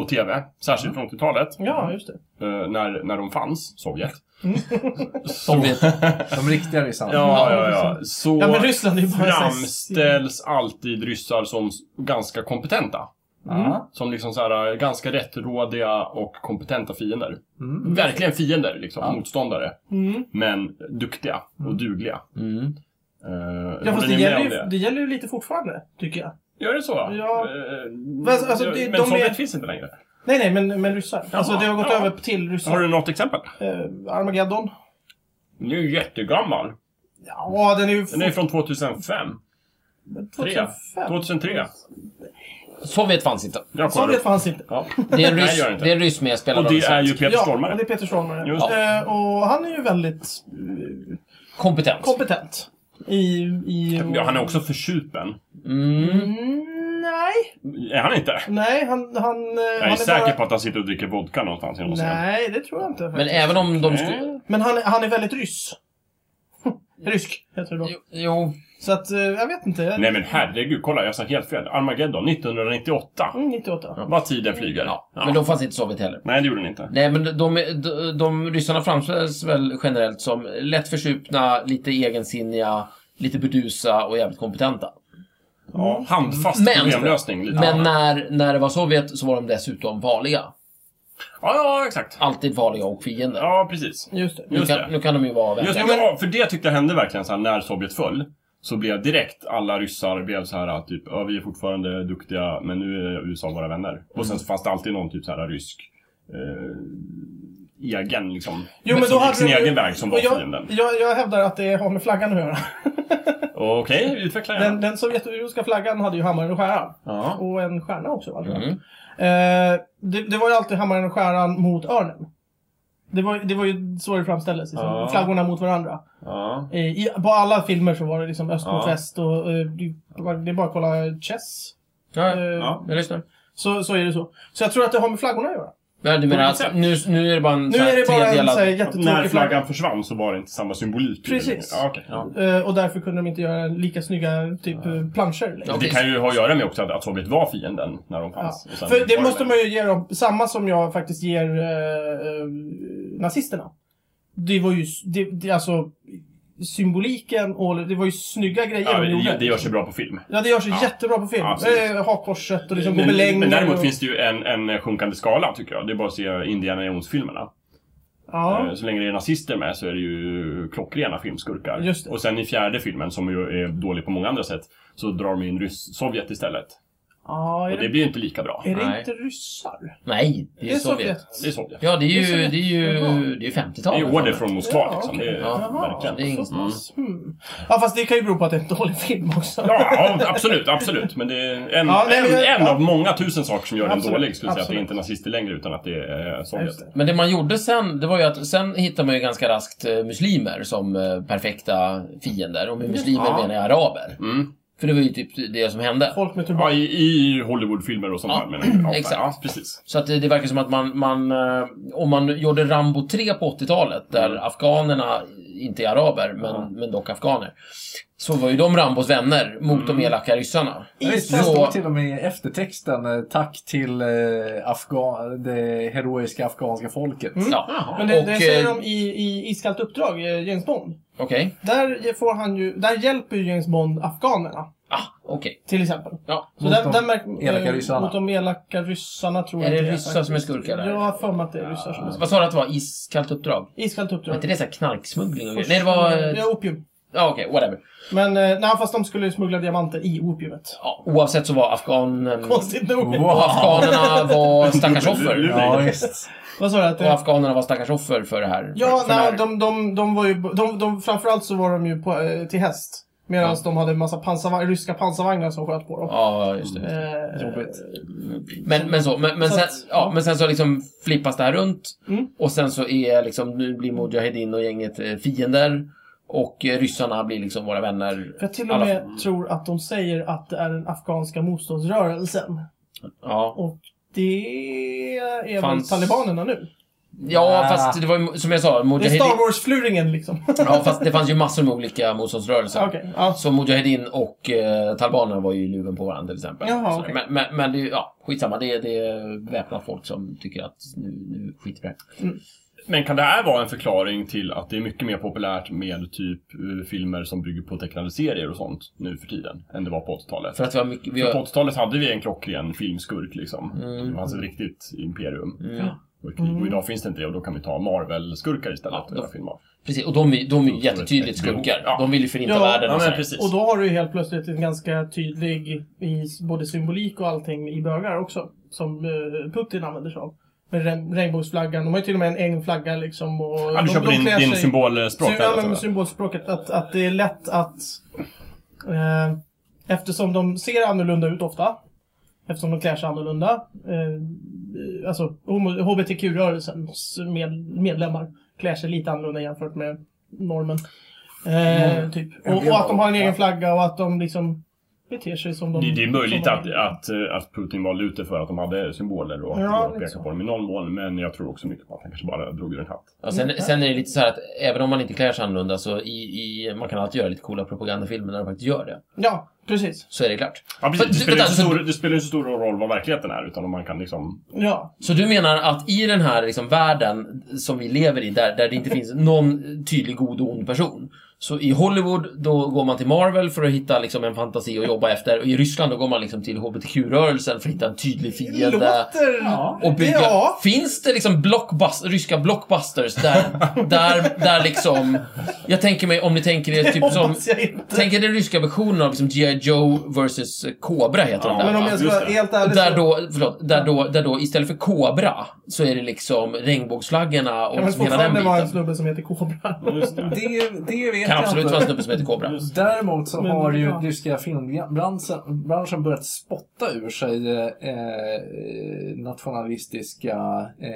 Speaker 3: och TV, särskilt från 80-talet,
Speaker 1: Ja, just det.
Speaker 3: eh, när, när de fanns, Sovjet.
Speaker 4: Sovjet.
Speaker 2: De riktiga ryssarna.
Speaker 3: Ja, ja, ja.
Speaker 1: precis.
Speaker 3: Så
Speaker 1: Ja, men Ryssland är ju bara
Speaker 3: framställs alltid ryssar som s- ganska kompetenta.
Speaker 2: Ja.
Speaker 3: Som liksom så här, eh, ganska rättrådiga och kompetenta fiender.
Speaker 2: Mm.
Speaker 3: Verkligen fiender, liksom.
Speaker 2: Ja.
Speaker 3: Motståndare.
Speaker 1: Mm.
Speaker 3: Men duktiga och dugliga. Eh,
Speaker 4: Mm.
Speaker 3: Uh,
Speaker 1: Ja, fast det gäller, ju,
Speaker 3: det?
Speaker 1: det gäller ju lite fortfarande, tycker jag.
Speaker 3: Gör det så?
Speaker 1: Ja.
Speaker 3: Eh,
Speaker 1: Fast, alltså,
Speaker 3: ja,
Speaker 1: det-
Speaker 3: men
Speaker 1: de
Speaker 3: Sovjet
Speaker 1: är-
Speaker 3: finns inte längre.
Speaker 1: Nej, nej, men, men ryssar. alltså det har gått
Speaker 3: ja.
Speaker 1: över till ryssar.
Speaker 3: Har du något exempel?
Speaker 1: Eh, Armageddon.
Speaker 3: Den är ju jättegammal.
Speaker 1: Ja, den är ju...
Speaker 3: Den är ju från 2005. Tre.
Speaker 1: 2005.
Speaker 3: 2003.
Speaker 4: Sovjet fanns inte.
Speaker 3: Jag kollar
Speaker 1: Sovjet
Speaker 3: upp.
Speaker 1: fanns inte.
Speaker 3: Ja.
Speaker 4: Det är en
Speaker 3: Nej,
Speaker 4: ryss,
Speaker 3: gör det inte.
Speaker 4: det är en ryss med
Speaker 3: Och
Speaker 4: spelare.
Speaker 3: det är ju Peter
Speaker 1: Ja,
Speaker 3: Stormare.
Speaker 1: det är Peter Stormare.
Speaker 3: Just
Speaker 1: Eh, och han är ju väldigt eh,
Speaker 4: Kompetent.
Speaker 1: kompetent. I... i
Speaker 3: Ja, han är också försupen.
Speaker 4: Mm.
Speaker 1: Mm, nej.
Speaker 3: Är han inte?
Speaker 1: Nej, han... han eh,
Speaker 3: Jag
Speaker 1: han
Speaker 3: är säker
Speaker 1: bara-
Speaker 3: på att han sitter och dricker vodka någonstans i någon scen.
Speaker 1: Nej, det tror jag inte.
Speaker 4: Men
Speaker 1: Men,
Speaker 4: även om de...
Speaker 3: Nej.
Speaker 4: Stu-
Speaker 1: men han, är- han är väldigt ryss. Rysk, heter det då.
Speaker 4: jo, jo.
Speaker 1: Så att, eh, jag vet inte. Jag-
Speaker 3: Nej men herregud, kolla jag sa helt fel. Armageddon 1998.
Speaker 1: Mm, 98.
Speaker 3: Vad tiden flyger.
Speaker 4: Ja.
Speaker 3: Ja.
Speaker 4: Men då fanns inte Sovjet heller.
Speaker 3: Nej det gjorde den
Speaker 1: Mm.
Speaker 3: inte.
Speaker 4: Nej, men de, de, de, de ryssarna framställs väl generellt som lätt försupna, lite egensinniga, lite burdusa och jävligt kompetenta.
Speaker 3: Ja. Handfast
Speaker 4: Men-
Speaker 3: problemlösning. Lite
Speaker 4: Men
Speaker 3: annat.
Speaker 4: när, när det var Sovjet så var de dessutom farliga.
Speaker 3: Ja, ja exakt.
Speaker 4: Alltid farliga och fiender.
Speaker 3: Ja precis.
Speaker 1: Just det.
Speaker 4: nu,
Speaker 3: just
Speaker 4: kan,
Speaker 3: det.
Speaker 4: nu kan de ju vara vänner.
Speaker 3: Just det, ja, för det tyckte jag hände verkligen så här när Sovjet föll. Så blev direkt alla ryssar blev så här typ, ja vi är fortfarande duktiga men nu är USA våra vänner. Och
Speaker 1: Mm.
Speaker 3: sen så fanns det alltid någon typ så här rysk eh, egen liksom.
Speaker 1: Jo, men
Speaker 3: som
Speaker 1: då
Speaker 3: gick
Speaker 1: hade
Speaker 3: sin
Speaker 1: de ju-
Speaker 3: egen väg som var
Speaker 1: Och jag,
Speaker 3: fienden.
Speaker 1: Jag, jag hävdar att det har med flaggan att göra.
Speaker 3: Okej, utveckla gärna.
Speaker 1: Den, den sovjetryska flaggan hade ju hammaren och skäran.
Speaker 3: Ja.
Speaker 1: Och en stjärna också, va?
Speaker 4: Mm.
Speaker 1: Eh, det, det var ju alltid hammaren och skäran mot örnen. Det var, det var ju så det framställdes. Liksom.
Speaker 3: Ja.
Speaker 1: Flaggorna mot varandra.
Speaker 3: ja.
Speaker 1: Eh, I, på alla filmer så var det liksom öst mot
Speaker 3: Ja.
Speaker 1: väst och eh, det det är bara att kolla Chess.
Speaker 4: Ja,
Speaker 1: Eh,
Speaker 3: Ja.
Speaker 4: jag lyssnar.
Speaker 1: så, så är det så. Så jag tror att det har med flaggorna att göra.
Speaker 4: Ja, du menar att nu, nu är det bara en
Speaker 1: Nu
Speaker 4: så här
Speaker 1: är det bara en
Speaker 4: tredelad...
Speaker 1: så här
Speaker 3: När
Speaker 1: jättetråkig flagga.
Speaker 3: flaggan försvann så var det inte samma symbolik. i den.
Speaker 1: Precis.
Speaker 3: Ja, okej. ja.
Speaker 1: Eh, och därför kunde de inte göra lika snygga typ eh, planscher längre.
Speaker 4: Ja,
Speaker 3: Det kan ju ha att göra med också att, att Sovjet var fienden när de
Speaker 1: Ja.
Speaker 3: fanns. Och sen
Speaker 1: För det
Speaker 3: var
Speaker 1: måste
Speaker 3: det.
Speaker 1: man ju ge dem, samma som jag faktiskt ger eh, eh, nazisterna. Det var ju, s- det, det, alltså symboliken och det var ju snygga grejer
Speaker 3: Ja,
Speaker 1: de gjorde.
Speaker 3: det, det gör sig bra på film.
Speaker 1: Ja, det gör sig
Speaker 3: Ja.
Speaker 1: jättebra på film.
Speaker 3: Ja, absolut.
Speaker 1: eh, hakkorset och liksom
Speaker 3: men,
Speaker 1: gobelänger.
Speaker 3: men däremot
Speaker 1: och,
Speaker 3: finns det ju en, en sjunkande skala tycker jag. Det är bara att se Indiana Jones-filmerna.
Speaker 1: Ja,
Speaker 3: Eh, Så länge det är nazister med så är det ju klockrena filmskurkar.
Speaker 1: Just det.
Speaker 3: Och sen i fjärde filmen, som ju är dålig på många andra sätt, så drar de in ryss-Sovjet istället.
Speaker 1: Ja, är
Speaker 3: Och det
Speaker 1: det,
Speaker 3: blir ju inte lika bra.
Speaker 1: är det
Speaker 4: Nej.
Speaker 1: inte ryssar?
Speaker 4: Nej, det är Sovjet.
Speaker 3: Det är Sovjet.
Speaker 4: Ja, det är
Speaker 1: Det är
Speaker 4: ju,
Speaker 1: Sovjet.
Speaker 4: det är ju, det är ju
Speaker 3: Det är
Speaker 4: 50-talet.
Speaker 3: ju order från Moskva
Speaker 1: Ja,
Speaker 3: liksom. Det
Speaker 1: okej.
Speaker 3: är,
Speaker 1: Jaha,
Speaker 3: verkligen. Mm.
Speaker 4: det är ingen-
Speaker 1: så pass. Hmm. Ja, fast det kan ju bero på att det är en dålig film också.
Speaker 3: Ja, ja, absolut, absolut. Men det är en,
Speaker 1: Ja, nej, men-
Speaker 3: en, en
Speaker 1: ja.
Speaker 3: av många tusen saker som gör den
Speaker 1: Absolut,
Speaker 3: dålig. Skulle jag säga att det är
Speaker 1: absolut.
Speaker 3: inte nazister längre utan att det är eh, Sovjet.
Speaker 1: Just det.
Speaker 4: Men det man gjorde sen, det var ju att sen hittade man ju ganska raskt eh, muslimer som eh, perfekta fiender. Och med muslimer
Speaker 3: Ja.
Speaker 4: menar jag araber.
Speaker 3: Mm.
Speaker 4: För det var ju typ det som hände.
Speaker 1: Folk med turban.
Speaker 3: Ja, i, i Hollywoodfilmer och sånt
Speaker 4: Ja,
Speaker 3: där menar jag. Ja,
Speaker 4: exakt.
Speaker 3: Ja, precis.
Speaker 4: Så att det, det verkar som att man, man, eh, om man gjorde Rambo 3 på 80-talet, där
Speaker 1: Mm.
Speaker 4: afghanerna inte är araber, men, men dock afghaner. Så var ju de Rambos vänner mot
Speaker 1: Mm.
Speaker 4: de elaka ryssarna.
Speaker 2: Ja, visst, det
Speaker 4: Så-
Speaker 2: står till och med i eftertexten. eh, Tack till eh, Afga- det heroiska afghanska folket.
Speaker 4: Ja.
Speaker 1: Men det,
Speaker 4: och,
Speaker 1: det säger
Speaker 4: eh,
Speaker 1: de i, i Iskallt uppdrag, eh, James Bond.
Speaker 4: Okej.
Speaker 1: Där, får han ju, där hjälper ju James Bond afghanerna,
Speaker 4: Ah, okej.
Speaker 1: till exempel.
Speaker 4: Ja.
Speaker 1: Så
Speaker 2: Mot
Speaker 1: där,
Speaker 2: de
Speaker 1: där märk, eh,
Speaker 2: elaka ryssarna.
Speaker 1: Mot de elaka ryssarna tror
Speaker 4: Är
Speaker 1: jag
Speaker 4: det
Speaker 1: inte
Speaker 4: ryssar som är
Speaker 1: faktiskt.
Speaker 4: skurkar där?
Speaker 1: Jag har för mig att det är ryssar som är skurkar.
Speaker 4: Vad sa du att det var? Iskallt uppdrag?
Speaker 1: Iskallt
Speaker 4: Var
Speaker 1: uppdrag.
Speaker 4: inte det så här knarksmuggling och grejer? Nej, det var... eh,
Speaker 1: Ja, opium.
Speaker 4: Ja, okej. whatever.
Speaker 1: Men eh, nej, fast de skulle ju smuggla diamanter i opiumet.
Speaker 4: Ja, oavsett så var afghanen...
Speaker 1: Konstigt nog.
Speaker 4: Mm.
Speaker 2: Wow.
Speaker 4: Afghanerna var stackars offer.
Speaker 2: Ja, visst.
Speaker 1: Vad sa du? Att,
Speaker 4: Och
Speaker 1: det-
Speaker 4: afghanerna var stackars offer för det här.
Speaker 1: ja,
Speaker 4: för, för det
Speaker 1: nej,
Speaker 4: här.
Speaker 1: de, de, de var ju... De, de, framförallt så var de ju på, eh, till häst. Medan
Speaker 4: Ja.
Speaker 1: de hade en massa pansarvagn, ryska pansarvagnar som sköt på dem.
Speaker 4: Ja, just det.
Speaker 1: Eh,
Speaker 2: Jobbigt.
Speaker 4: Men, men, så, men, men,
Speaker 1: Så
Speaker 4: sen,
Speaker 1: att-
Speaker 4: ja, men sen så liksom flippas det här runt.
Speaker 1: Mm.
Speaker 4: Och sen så är liksom, nu blir Mujahedin och gänget eh, fiender. Och eh, ryssarna blir liksom våra vänner.
Speaker 1: jag till och
Speaker 4: Alla-
Speaker 1: med tror att de säger att det är den afghanska motståndsrörelsen.
Speaker 4: Ja,
Speaker 1: Och det är
Speaker 4: Fanns-
Speaker 1: väl talibanerna nu?
Speaker 4: ja
Speaker 2: Ah.
Speaker 4: fast det var ju, som jag sa,
Speaker 1: Det är
Speaker 4: Mujahedin...
Speaker 1: Star Wars-fluringen liksom.
Speaker 4: Ja, fast det fanns ju massor med olika motståndsrörelser.
Speaker 1: Ah, Okej, ja.
Speaker 4: Så Mujahedin och eh, talibanerna var ju i luven på varandra till exempel.
Speaker 1: Jaha,
Speaker 4: Så,
Speaker 1: okej.
Speaker 4: Men, men, men det är ju, ja, skitsamma. Det är, det är väpnat folk som tycker att nu, nu skiter vi i det här.
Speaker 3: Men kan det här vara en förklaring till att det är mycket mer populärt med typ eh, filmer som bygger på tecknade serier och sånt nu för tiden än det var på 80-talet?
Speaker 4: För att vi har mycket... Vi
Speaker 3: För på
Speaker 4: har,
Speaker 3: 80-talet hade vi en klockren filmskurk liksom.
Speaker 4: Mm.
Speaker 3: Det fanns ett riktigt imperium.
Speaker 4: Mm.
Speaker 3: Och, krig. och idag finns det inte det och då kan vi ta Marvel-skurkar istället.
Speaker 4: Ja,
Speaker 3: och
Speaker 4: då-
Speaker 3: göra film av.
Speaker 4: precis, och de, är- de är ju jättetydligt skurkar.
Speaker 3: Ja.
Speaker 4: De vill ju förinta
Speaker 1: Ja,
Speaker 4: världen
Speaker 3: Ja,
Speaker 4: och
Speaker 3: men
Speaker 4: så.
Speaker 3: precis.
Speaker 1: Och då har du ju helt plötsligt en ganska tydlig i s- både symbolik och allting i bögar också. Som eh, Putin använder sig av. Med re- regnbågsflaggan. De har ju till och med en egen flagga liksom. Och
Speaker 3: Ja, du
Speaker 1: de,
Speaker 3: kör på
Speaker 1: de
Speaker 3: din,
Speaker 1: klär
Speaker 3: din
Speaker 1: sig-
Speaker 3: symbolspråk
Speaker 1: Sy-
Speaker 3: där,
Speaker 1: ja,
Speaker 3: alltså.
Speaker 1: men symbolspråket. Att, att det är lätt att... Eh, eftersom de ser annorlunda ut ofta. Eftersom de klär sig annorlunda. Eh, alltså homo- HBTQ-rörelsens med, medlemmar klär sig lite annorlunda jämfört med normen. Eh,
Speaker 4: Mm.
Speaker 1: typ. och, och att de har en egen flagga och att de liksom beter sig som de...
Speaker 3: Det, det är möjligt
Speaker 1: som de-
Speaker 3: att, att, eh, att Putin var ute för att de hade symboler och att
Speaker 1: Ja,
Speaker 3: de pekade
Speaker 1: liksom.
Speaker 3: på dem i någon mån. Men jag tror också mycket på att han kanske bara drog ur en hatt.
Speaker 4: Ja, sen,
Speaker 1: Mm.
Speaker 4: sen är det lite så här att även om man inte klär sig annorlunda så i, i, man kan alltid göra lite coola propagandafilmer när de faktiskt gör det.
Speaker 1: Ja, precis.
Speaker 4: Så är det klart.
Speaker 3: Ja, precis.
Speaker 4: Men
Speaker 3: Det
Speaker 4: du-
Speaker 3: spelar ju inte
Speaker 4: vänta,
Speaker 3: så
Speaker 4: så-
Speaker 3: stor, det spelar ju inte så stor roll vad verkligheten är utan om man kan liksom...
Speaker 1: Ja.
Speaker 4: Så du menar att i den här liksom världen som vi lever i, där, där det inte finns någon tydlig god och ond person. Så i Hollywood, då går man till Marvel för att hitta liksom en fantasi att jobba efter. Och i Ryssland, då går man liksom till HBTQ-rörelsen för att hitta en tydlig
Speaker 1: Det
Speaker 4: fiende.
Speaker 1: låter...
Speaker 4: Och bygga.
Speaker 1: Ja.
Speaker 4: Finns det liksom blockbus- ryska blockbusters där, där, där liksom... Jag tänker mig, om ni tänker er typ som...
Speaker 1: Hoppas jag inte.
Speaker 4: Tänk er den ryska versionen av liksom G.I. Joe vs. Cobra heter
Speaker 3: Ja,
Speaker 4: den där.
Speaker 1: Men om
Speaker 4: va?
Speaker 1: jag ska
Speaker 3: just
Speaker 1: vara
Speaker 3: det.
Speaker 1: helt ärlig
Speaker 4: Där
Speaker 1: så-
Speaker 4: då, förlåt, där då, där då istället för Kobra så är det liksom regnbågsflaggorna och
Speaker 1: Kan väl
Speaker 4: liksom hela den
Speaker 1: fortfarande vara en
Speaker 4: biten.
Speaker 1: snubbe som heter Kobra?
Speaker 3: Just det.
Speaker 2: Det, det vet
Speaker 4: Kan
Speaker 2: jag
Speaker 4: absolut
Speaker 2: inte.
Speaker 4: vara en snubbe som heter Kobra.
Speaker 2: Däremot så
Speaker 1: Men,
Speaker 2: har ju
Speaker 1: ja.
Speaker 2: ryska filmbranschen branschen börjat spotta ur sig eh, nationalistiska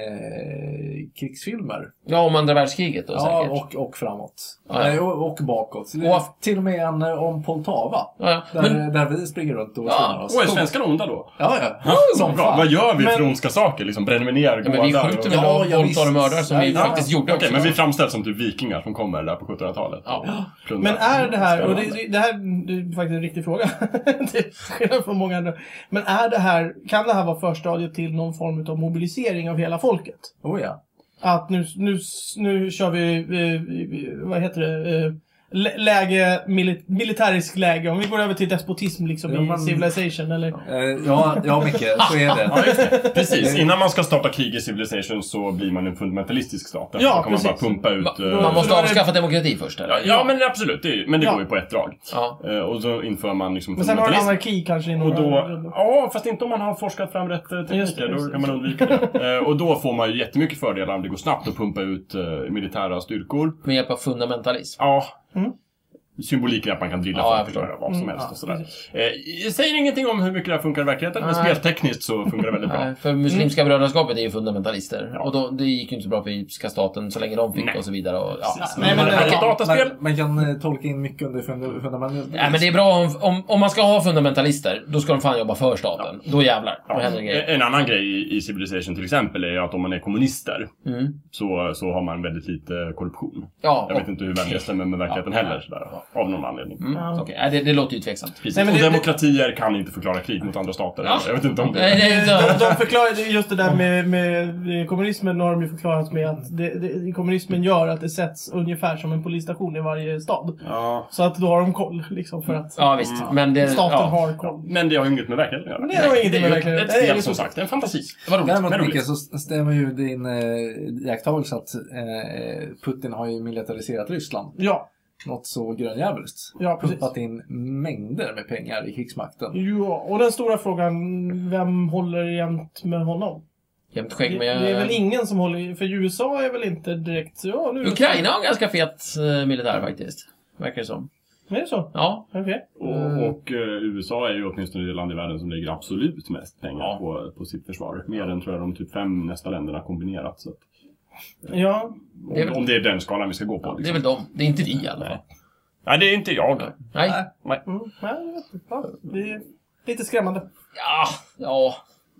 Speaker 2: eh, krigsfilmer.
Speaker 4: Ja, om andra världskriget då
Speaker 2: Ja,
Speaker 4: säkert.
Speaker 2: och, och framåt.
Speaker 4: Ja, ja.
Speaker 2: Eh, Och, och bakåt.
Speaker 4: Och-
Speaker 2: till och med en eh, om Poltava.
Speaker 4: Ja, ja.
Speaker 2: Där,
Speaker 4: Men-
Speaker 2: där vi springer runt och
Speaker 4: Ja,
Speaker 2: svingar oss.
Speaker 3: Och är svenskarna onda då?
Speaker 2: Ja, ja. Som
Speaker 3: Bra.
Speaker 2: fan.
Speaker 3: Vad gör vi för
Speaker 1: Men-
Speaker 3: ondska saker? Liksom, bränner vi ner
Speaker 4: Ja, men vi
Speaker 3: gårdar
Speaker 4: skjuter
Speaker 3: och-
Speaker 4: väl
Speaker 2: Ja,
Speaker 4: och
Speaker 2: ja,
Speaker 4: våldtar och
Speaker 2: visst.
Speaker 4: mördar som vi
Speaker 2: Ja, ja.
Speaker 4: faktiskt gjorde
Speaker 3: Okej,
Speaker 4: också.
Speaker 3: men vi framställs som typ vikingar som kommer där på 1700-talet.
Speaker 4: Ja.
Speaker 3: Plundrar.
Speaker 1: Men är det här, och
Speaker 3: Spännande.
Speaker 1: det, det- det här det är faktiskt en riktig fråga, till skillnad från många andra. Men är det här, kan det här vara förstadiet till någon form av mobilisering av hela folket?
Speaker 2: Oh, ja.
Speaker 1: Att nu, nu, nu kör vi, eh, vad heter det, eh, lä- läge, mili- militärisk läge. Om vi går över till despotism liksom
Speaker 2: Ja, man-
Speaker 1: i Civilization eller...
Speaker 2: Eh, ja, ja, Micke, så är det.
Speaker 3: Ja, just det.
Speaker 1: Mm.
Speaker 3: Precis, innan man ska starta krig i Civilization så blir man en fundamentalistisk stat. Därför
Speaker 1: Ja,
Speaker 3: kan man bara
Speaker 1: precis.
Speaker 3: pumpa ut...
Speaker 4: Ma-
Speaker 3: eh,
Speaker 4: Man måste
Speaker 1: Då är det-
Speaker 4: avskaffa demokrati först,
Speaker 3: Ja,
Speaker 4: eller?
Speaker 3: ja, men absolut. Det, är- men det
Speaker 1: Ja.
Speaker 3: går ju på ett drag.
Speaker 4: Ja.
Speaker 3: Eh, och så inför man liksom
Speaker 1: Men sen har du
Speaker 3: fundamentalism.
Speaker 1: anarki kanske i
Speaker 3: Och
Speaker 1: några...
Speaker 3: då, ja, fast inte om man har forskat fram rätt eh,
Speaker 1: Just
Speaker 3: tekniker.
Speaker 1: det,
Speaker 3: Då
Speaker 1: just
Speaker 3: kan man undvika det. Eh, och då får man ju jättemycket fördelar om det går snabbt att pumpa ut eh, militära styrkor.
Speaker 4: Med hjälp av fundamentalism.
Speaker 3: Ja.
Speaker 1: Mm.
Speaker 3: Symboliken är att man kan drilla
Speaker 4: Ja, jag
Speaker 3: folk och
Speaker 4: förstår.
Speaker 3: göra vad som
Speaker 1: Mm,
Speaker 3: helst
Speaker 1: ja,
Speaker 3: och sådär. Eh, jag säger ingenting om hur mycket det här funkar i verkligheten, men
Speaker 4: Nej.
Speaker 3: speltekniskt så funkar det väldigt bra.
Speaker 4: Nej, för Muslimska brödraskapet är ju fundamentalister.
Speaker 3: Ja.
Speaker 4: Och då, det gick ju inte så bra för egyptiska staten så länge de fick
Speaker 3: Nej.
Speaker 4: och så vidare. Och, ja.
Speaker 3: Precis.
Speaker 1: Nej, men
Speaker 3: Men det här är
Speaker 1: det-
Speaker 3: ett dataspel.
Speaker 2: Man, man kan eh, tolka in mycket under funda- fundamentet.
Speaker 4: Nej, men det är bra om, om, om man ska ha fundamentalister, då ska de fan jobba för staten. Då jävlar. Då händer det grejer.
Speaker 3: En annan grej i- i Civilization till exempel är ju att om man är kommunister
Speaker 4: Mm.
Speaker 3: så, så har man väldigt lite korruption.
Speaker 4: Ja,
Speaker 3: Jag vet inte hur väl det stämmer med verkligheten
Speaker 4: Ja.
Speaker 3: heller, sådär, av någon anledning.
Speaker 4: Mm.
Speaker 1: Ja.
Speaker 4: okej. Nej, det, det låter ju tveksamt.
Speaker 3: Precis.
Speaker 1: Nej, men
Speaker 3: och
Speaker 1: det-
Speaker 3: demokratier kan inte förklara krig mot andra stater
Speaker 4: Ja.
Speaker 3: heller. Jag vet inte om det
Speaker 4: Nej, det är
Speaker 1: De,
Speaker 4: inte...
Speaker 1: de förklarade ju just det där med, med kommunismen har de ju förklarat med att det, det, kommunismen gör att det sätts ungefär som en polisstation i varje stad.
Speaker 3: Ja.
Speaker 1: Så att då har de koll liksom för att
Speaker 4: Ja, visst. Men det...
Speaker 1: staten
Speaker 4: ja.
Speaker 1: har koll.
Speaker 3: Men det har ju inget med verkligheten att göra.
Speaker 1: Men det har ju ingenting med
Speaker 3: ju
Speaker 1: verkligheten.
Speaker 3: Ett
Speaker 1: Nej, det är
Speaker 3: spel
Speaker 1: ju
Speaker 3: som
Speaker 1: så-
Speaker 3: sagt, en fantasi.
Speaker 4: Vad roligt.
Speaker 3: Men
Speaker 2: Däremot
Speaker 3: roligt.
Speaker 2: Micke, så stämmer ju din eh, iakttagelse att eh, Putin har ju militariserat Ryssland.
Speaker 1: Ja,
Speaker 2: Något så grönjävulskt.
Speaker 1: ja precis.
Speaker 2: Pumpat in mängder med pengar i krigsmakten.
Speaker 1: Ja, och den stora frågan, vem håller jämt med honom?
Speaker 4: Jämt
Speaker 1: Det,
Speaker 4: skägg
Speaker 1: det är väl
Speaker 4: med... eh,
Speaker 1: ingen som håller, för USA är väl inte direkt... Ja, nu
Speaker 4: Ukraina har en ganska fet eh, militär faktiskt. Verkar det som.
Speaker 1: Är det så?
Speaker 4: Ja.
Speaker 1: Okej.
Speaker 3: Och, och eh, USA är ju åtminstone det land i världen som lägger absolut mest pengar
Speaker 4: Ja.
Speaker 3: på, på sitt försvar. Mer än tror jag de typ fem nästa länderna kombinerat. Så att,
Speaker 1: Ja,
Speaker 3: om,
Speaker 4: Det är väl-
Speaker 3: om det är den skalan vi ska gå på.
Speaker 4: Det är
Speaker 3: liksom.
Speaker 4: väl de. Det är inte vi i alla fall.
Speaker 3: Nej, det är inte jag.
Speaker 4: Nej.
Speaker 1: mm, nej, jag vet inte. Ja, det är lite skrämmande.
Speaker 4: Ja, ja.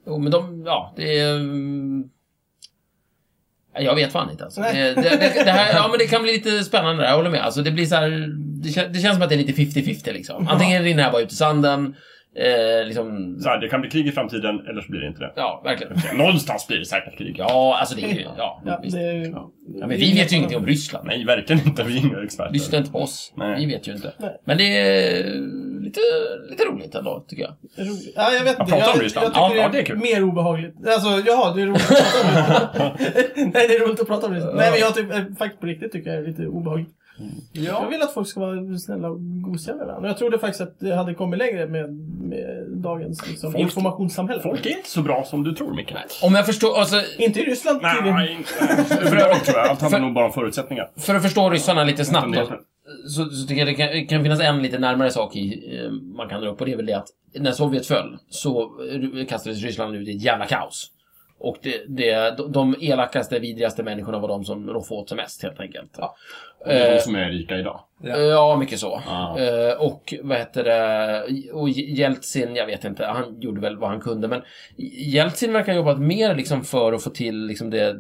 Speaker 4: Jo, men de, ja, det är... mm, Jag vet fan inte alltså.
Speaker 1: Nej.
Speaker 4: Det, det, det, det, här, ja, men det kan bli lite spännande där, jag håller med. Alltså, det, blir så här, det, kän, det känns som att det är lite 50-50 liksom. Antingen rinner det här bara ut i sanden, eh, liksom...
Speaker 3: Så här, det kan bli krig i framtiden, eller så blir det inte det.
Speaker 4: Ja, verkligen.
Speaker 3: Någonstans blir det säkert krig.
Speaker 4: Ja, alltså det är ju... Ja,
Speaker 1: Ja,
Speaker 4: visst.
Speaker 1: det är ju...
Speaker 3: Ja.
Speaker 4: ja, men vi vet ju ingenting om Ryssland.
Speaker 3: Nej, verkligen inte. Vi är inga experter.
Speaker 4: Lyssna inte på oss.
Speaker 3: Nej.
Speaker 4: Vi vet ju inte.
Speaker 1: Nej.
Speaker 4: Men det är eh, lite, lite roligt ändå, tycker jag.
Speaker 1: roligt. Ja, jag vet inte.
Speaker 3: pratar om
Speaker 1: jag,
Speaker 3: Ryssland.
Speaker 1: jag tycker
Speaker 3: Ja,
Speaker 1: det, är
Speaker 3: ja, det är kul.
Speaker 1: mer obehagligt. Alltså, jaha, det är roligt att prata om Ryssland. Nej, det är roligt att prata om Ryssland. Nej, men jag tycker, faktiskt på riktigt tycker jag det är lite obehagligt.
Speaker 3: Mm.
Speaker 1: Jag
Speaker 2: Ja.
Speaker 1: vill att folk ska vara snälla och gosiga med varandra. Jag trodde faktiskt att det hade kommit längre med, med dagens liksom,
Speaker 3: Folk-
Speaker 1: informationssamhälle.
Speaker 3: Folk är inte så bra som du tror, Micke.
Speaker 4: Om jag förstår... Alltså,
Speaker 1: Inte i Ryssland tydligen.
Speaker 3: Nej, inte överlag tror jag. Allt handlar nog bara om förutsättningar.
Speaker 4: för att förstå ryssarna lite snabbt då,
Speaker 3: Funderingar.
Speaker 4: så, så tycker jag det kan, det kan finnas en lite närmare sak i, eh, man kan dra upp och det är väl det att när Sovjet föll så eh, kastades Ryssland ut i ett jävla kaos. Och det, det, de- de elakaste, vidrigaste människorna var de som roffade åt sig mest helt enkelt. Ja,
Speaker 3: Det är
Speaker 4: Eh.
Speaker 3: de som är rika idag.
Speaker 2: Ja.
Speaker 4: ja mycket så.
Speaker 3: Ja.
Speaker 4: Eh, och vad heter det, och Jeltsin, jag vet inte, han gjorde väl vad han kunde men Jeltsin verkar ha jobbat mer liksom för att få till liksom det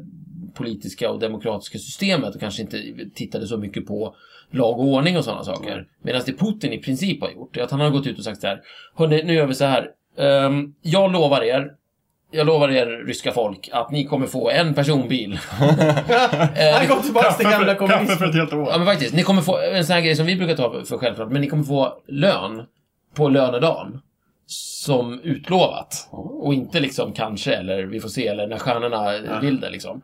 Speaker 4: politiska och demokratiska systemet och kanske inte tittade så mycket på lag och ordning och sådana saker. Medan det Putin i princip har gjort är att han har gått ut och sagt så här, hörni, nu gör vi så här, Ehm, jag lovar er, jag lovar er ryska folk att ni kommer få en personbil. Eh, liksom
Speaker 1: Han kom tillbaka till gamla
Speaker 3: Kaffe för, kaffe för
Speaker 1: kommunismen.
Speaker 3: ett helt år.
Speaker 4: Ja men faktiskt, ni kommer få en sån här grej som vi brukar ta för självklart, men ni kommer få lön på lönedagen som utlovat. Och inte liksom kanske eller vi får se eller när stjärnorna vill det liksom.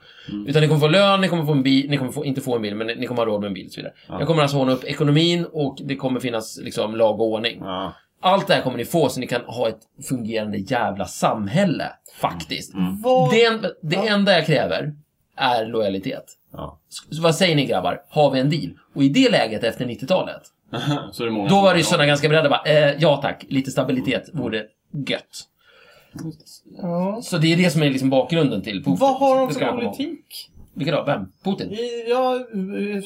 Speaker 4: Utan ni kommer få lön, ni kommer få en bil, ni kommer få, inte få en bil men ni kommer ha råd med en bil och så vidare. Jag kommer alltså ordna upp ekonomin och det kommer finnas liksom lag och ordning.
Speaker 3: Ja.
Speaker 4: Allt det här kommer ni få så ni kan ha ett fungerande jävla samhälle. Faktiskt.
Speaker 1: Vad-
Speaker 4: Det, en, det enda jag kräver är lojalitet.
Speaker 3: Ja.
Speaker 4: Så vad säger ni grabbar? Har vi en deal? Och i det läget efter 90-talet,
Speaker 3: Så det är många
Speaker 4: då
Speaker 3: som-
Speaker 4: var ryssarna ganska beredda bara, eh, ja tack, lite stabilitet vore gött.
Speaker 1: Ja.
Speaker 4: Så det är det som är liksom bakgrunden till Putin.
Speaker 1: Vad har de
Speaker 4: Det ska man
Speaker 1: för
Speaker 4: komma ihåg.
Speaker 1: politik?
Speaker 4: Vilka då? Vem? Putin?
Speaker 1: I- Ja,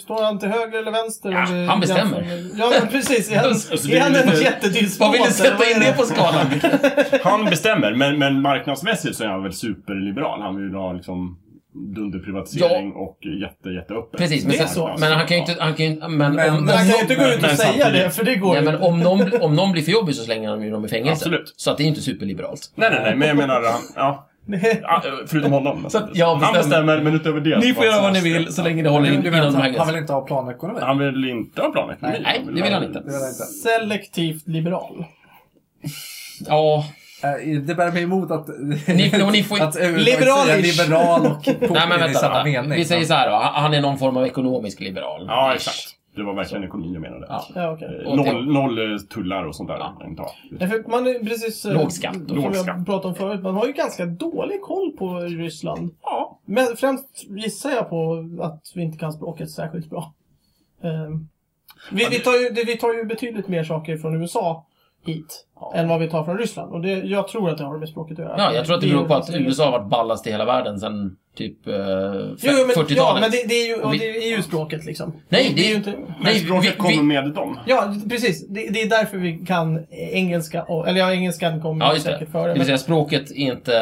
Speaker 1: står han till höger eller vänster?
Speaker 4: Ja,
Speaker 1: Om det-
Speaker 4: han bestämmer.
Speaker 1: Ja, men precis. Är han,
Speaker 3: Alltså, det
Speaker 1: är
Speaker 3: är
Speaker 1: han
Speaker 3: ju
Speaker 1: en
Speaker 3: lite-
Speaker 1: jättedyspot?
Speaker 4: Vad vill du
Speaker 1: eller vad
Speaker 4: sätta
Speaker 1: är
Speaker 4: in det på skalan?
Speaker 3: Han bestämmer, men, men marknadsmässigt så är han väl superliberal. Han vill ha liksom dunderprivatisering och jätte, jätteöppet.
Speaker 4: Precis, men,
Speaker 1: Det är
Speaker 4: sen,
Speaker 1: så.
Speaker 4: men han kan ju inte... Han kan ju, men,
Speaker 2: Men-
Speaker 4: om, om,
Speaker 1: Men han kan ju inte gå
Speaker 4: någon-
Speaker 1: ut och
Speaker 3: Men
Speaker 1: säga
Speaker 3: samtidigt-
Speaker 1: det, för det går
Speaker 4: Nej,
Speaker 1: ju
Speaker 4: men om någon, om någon blir för jobbig så slänger han ju dem i fängelse.
Speaker 3: Absolut.
Speaker 4: Så att det är inte superliberalt.
Speaker 3: Nej, nej, nej, men jag menar han, ja. Ah, eh, Förutom honom.
Speaker 4: Så att jag
Speaker 3: han
Speaker 4: bestämmer.
Speaker 3: bestämmer, men utöver det...
Speaker 4: Ni
Speaker 3: så
Speaker 4: får göra vad ni vill så länge det håller
Speaker 2: Han vill,
Speaker 4: inom de här
Speaker 2: inte, han vill
Speaker 4: gränserna.
Speaker 2: inte ha planekonomi.
Speaker 3: Han vill inte ha planekonomi.
Speaker 4: Nej, det vill han inte.
Speaker 2: Det vill han inte.
Speaker 1: Selektivt liberal.
Speaker 4: Ja,
Speaker 2: Eh, Det bär mig emot att...
Speaker 4: Ni- och ni får-
Speaker 2: att eh,
Speaker 1: Liberalish.
Speaker 2: säga liberal och Putin
Speaker 4: nej men
Speaker 2: i
Speaker 4: vänta.
Speaker 2: samma
Speaker 4: vänta.
Speaker 2: mening.
Speaker 4: Vi säger så här då. Han han är någon form av ekonomisk liberal.
Speaker 3: Ja, exakt. Det var verkligen ekonomi jag menade.
Speaker 4: Ja.
Speaker 1: Ja, okej.
Speaker 3: Eh,
Speaker 4: Och det-
Speaker 3: Noll, noll eh, tullar och sånt där.
Speaker 4: Ja.
Speaker 3: Inte ha.
Speaker 1: Nej, för Man är precis... eh,
Speaker 4: Låg skatt och
Speaker 1: Som
Speaker 3: låg
Speaker 1: jag
Speaker 3: skatt.
Speaker 1: pratade om förut. Man har ju ganska dålig koll på Ryssland.
Speaker 3: Ja.
Speaker 1: Men främst gissar jag på att vi inte kan språket särskilt bra. Ehm, vi, vi, tar ju, det- vi tar ju betydligt mer saker från USA hit. Än vad vi tar från Ryssland. Och det, jag tror att det har med språket att göra.
Speaker 4: Ja, jag tror att det
Speaker 1: är
Speaker 4: beror på
Speaker 1: ju-
Speaker 4: att USA har varit ballast i hela världen sedan typ eh,
Speaker 1: Jo, jo, men,
Speaker 4: 40-talet.
Speaker 1: ja, men det, det är ju och
Speaker 4: vi-
Speaker 1: det är ju språket liksom.
Speaker 4: Nej, det är
Speaker 1: ju
Speaker 4: ju
Speaker 1: inte...
Speaker 3: Men
Speaker 4: Nej, vi,
Speaker 3: språket kommer
Speaker 4: vi,
Speaker 3: med dem.
Speaker 1: Ja, precis. Det, det är därför vi kan engelska. och- Eller ja, engelskan kommer
Speaker 4: ja, just det.
Speaker 1: säkert före.
Speaker 4: Det
Speaker 1: men-
Speaker 4: vill säga, språket är inte,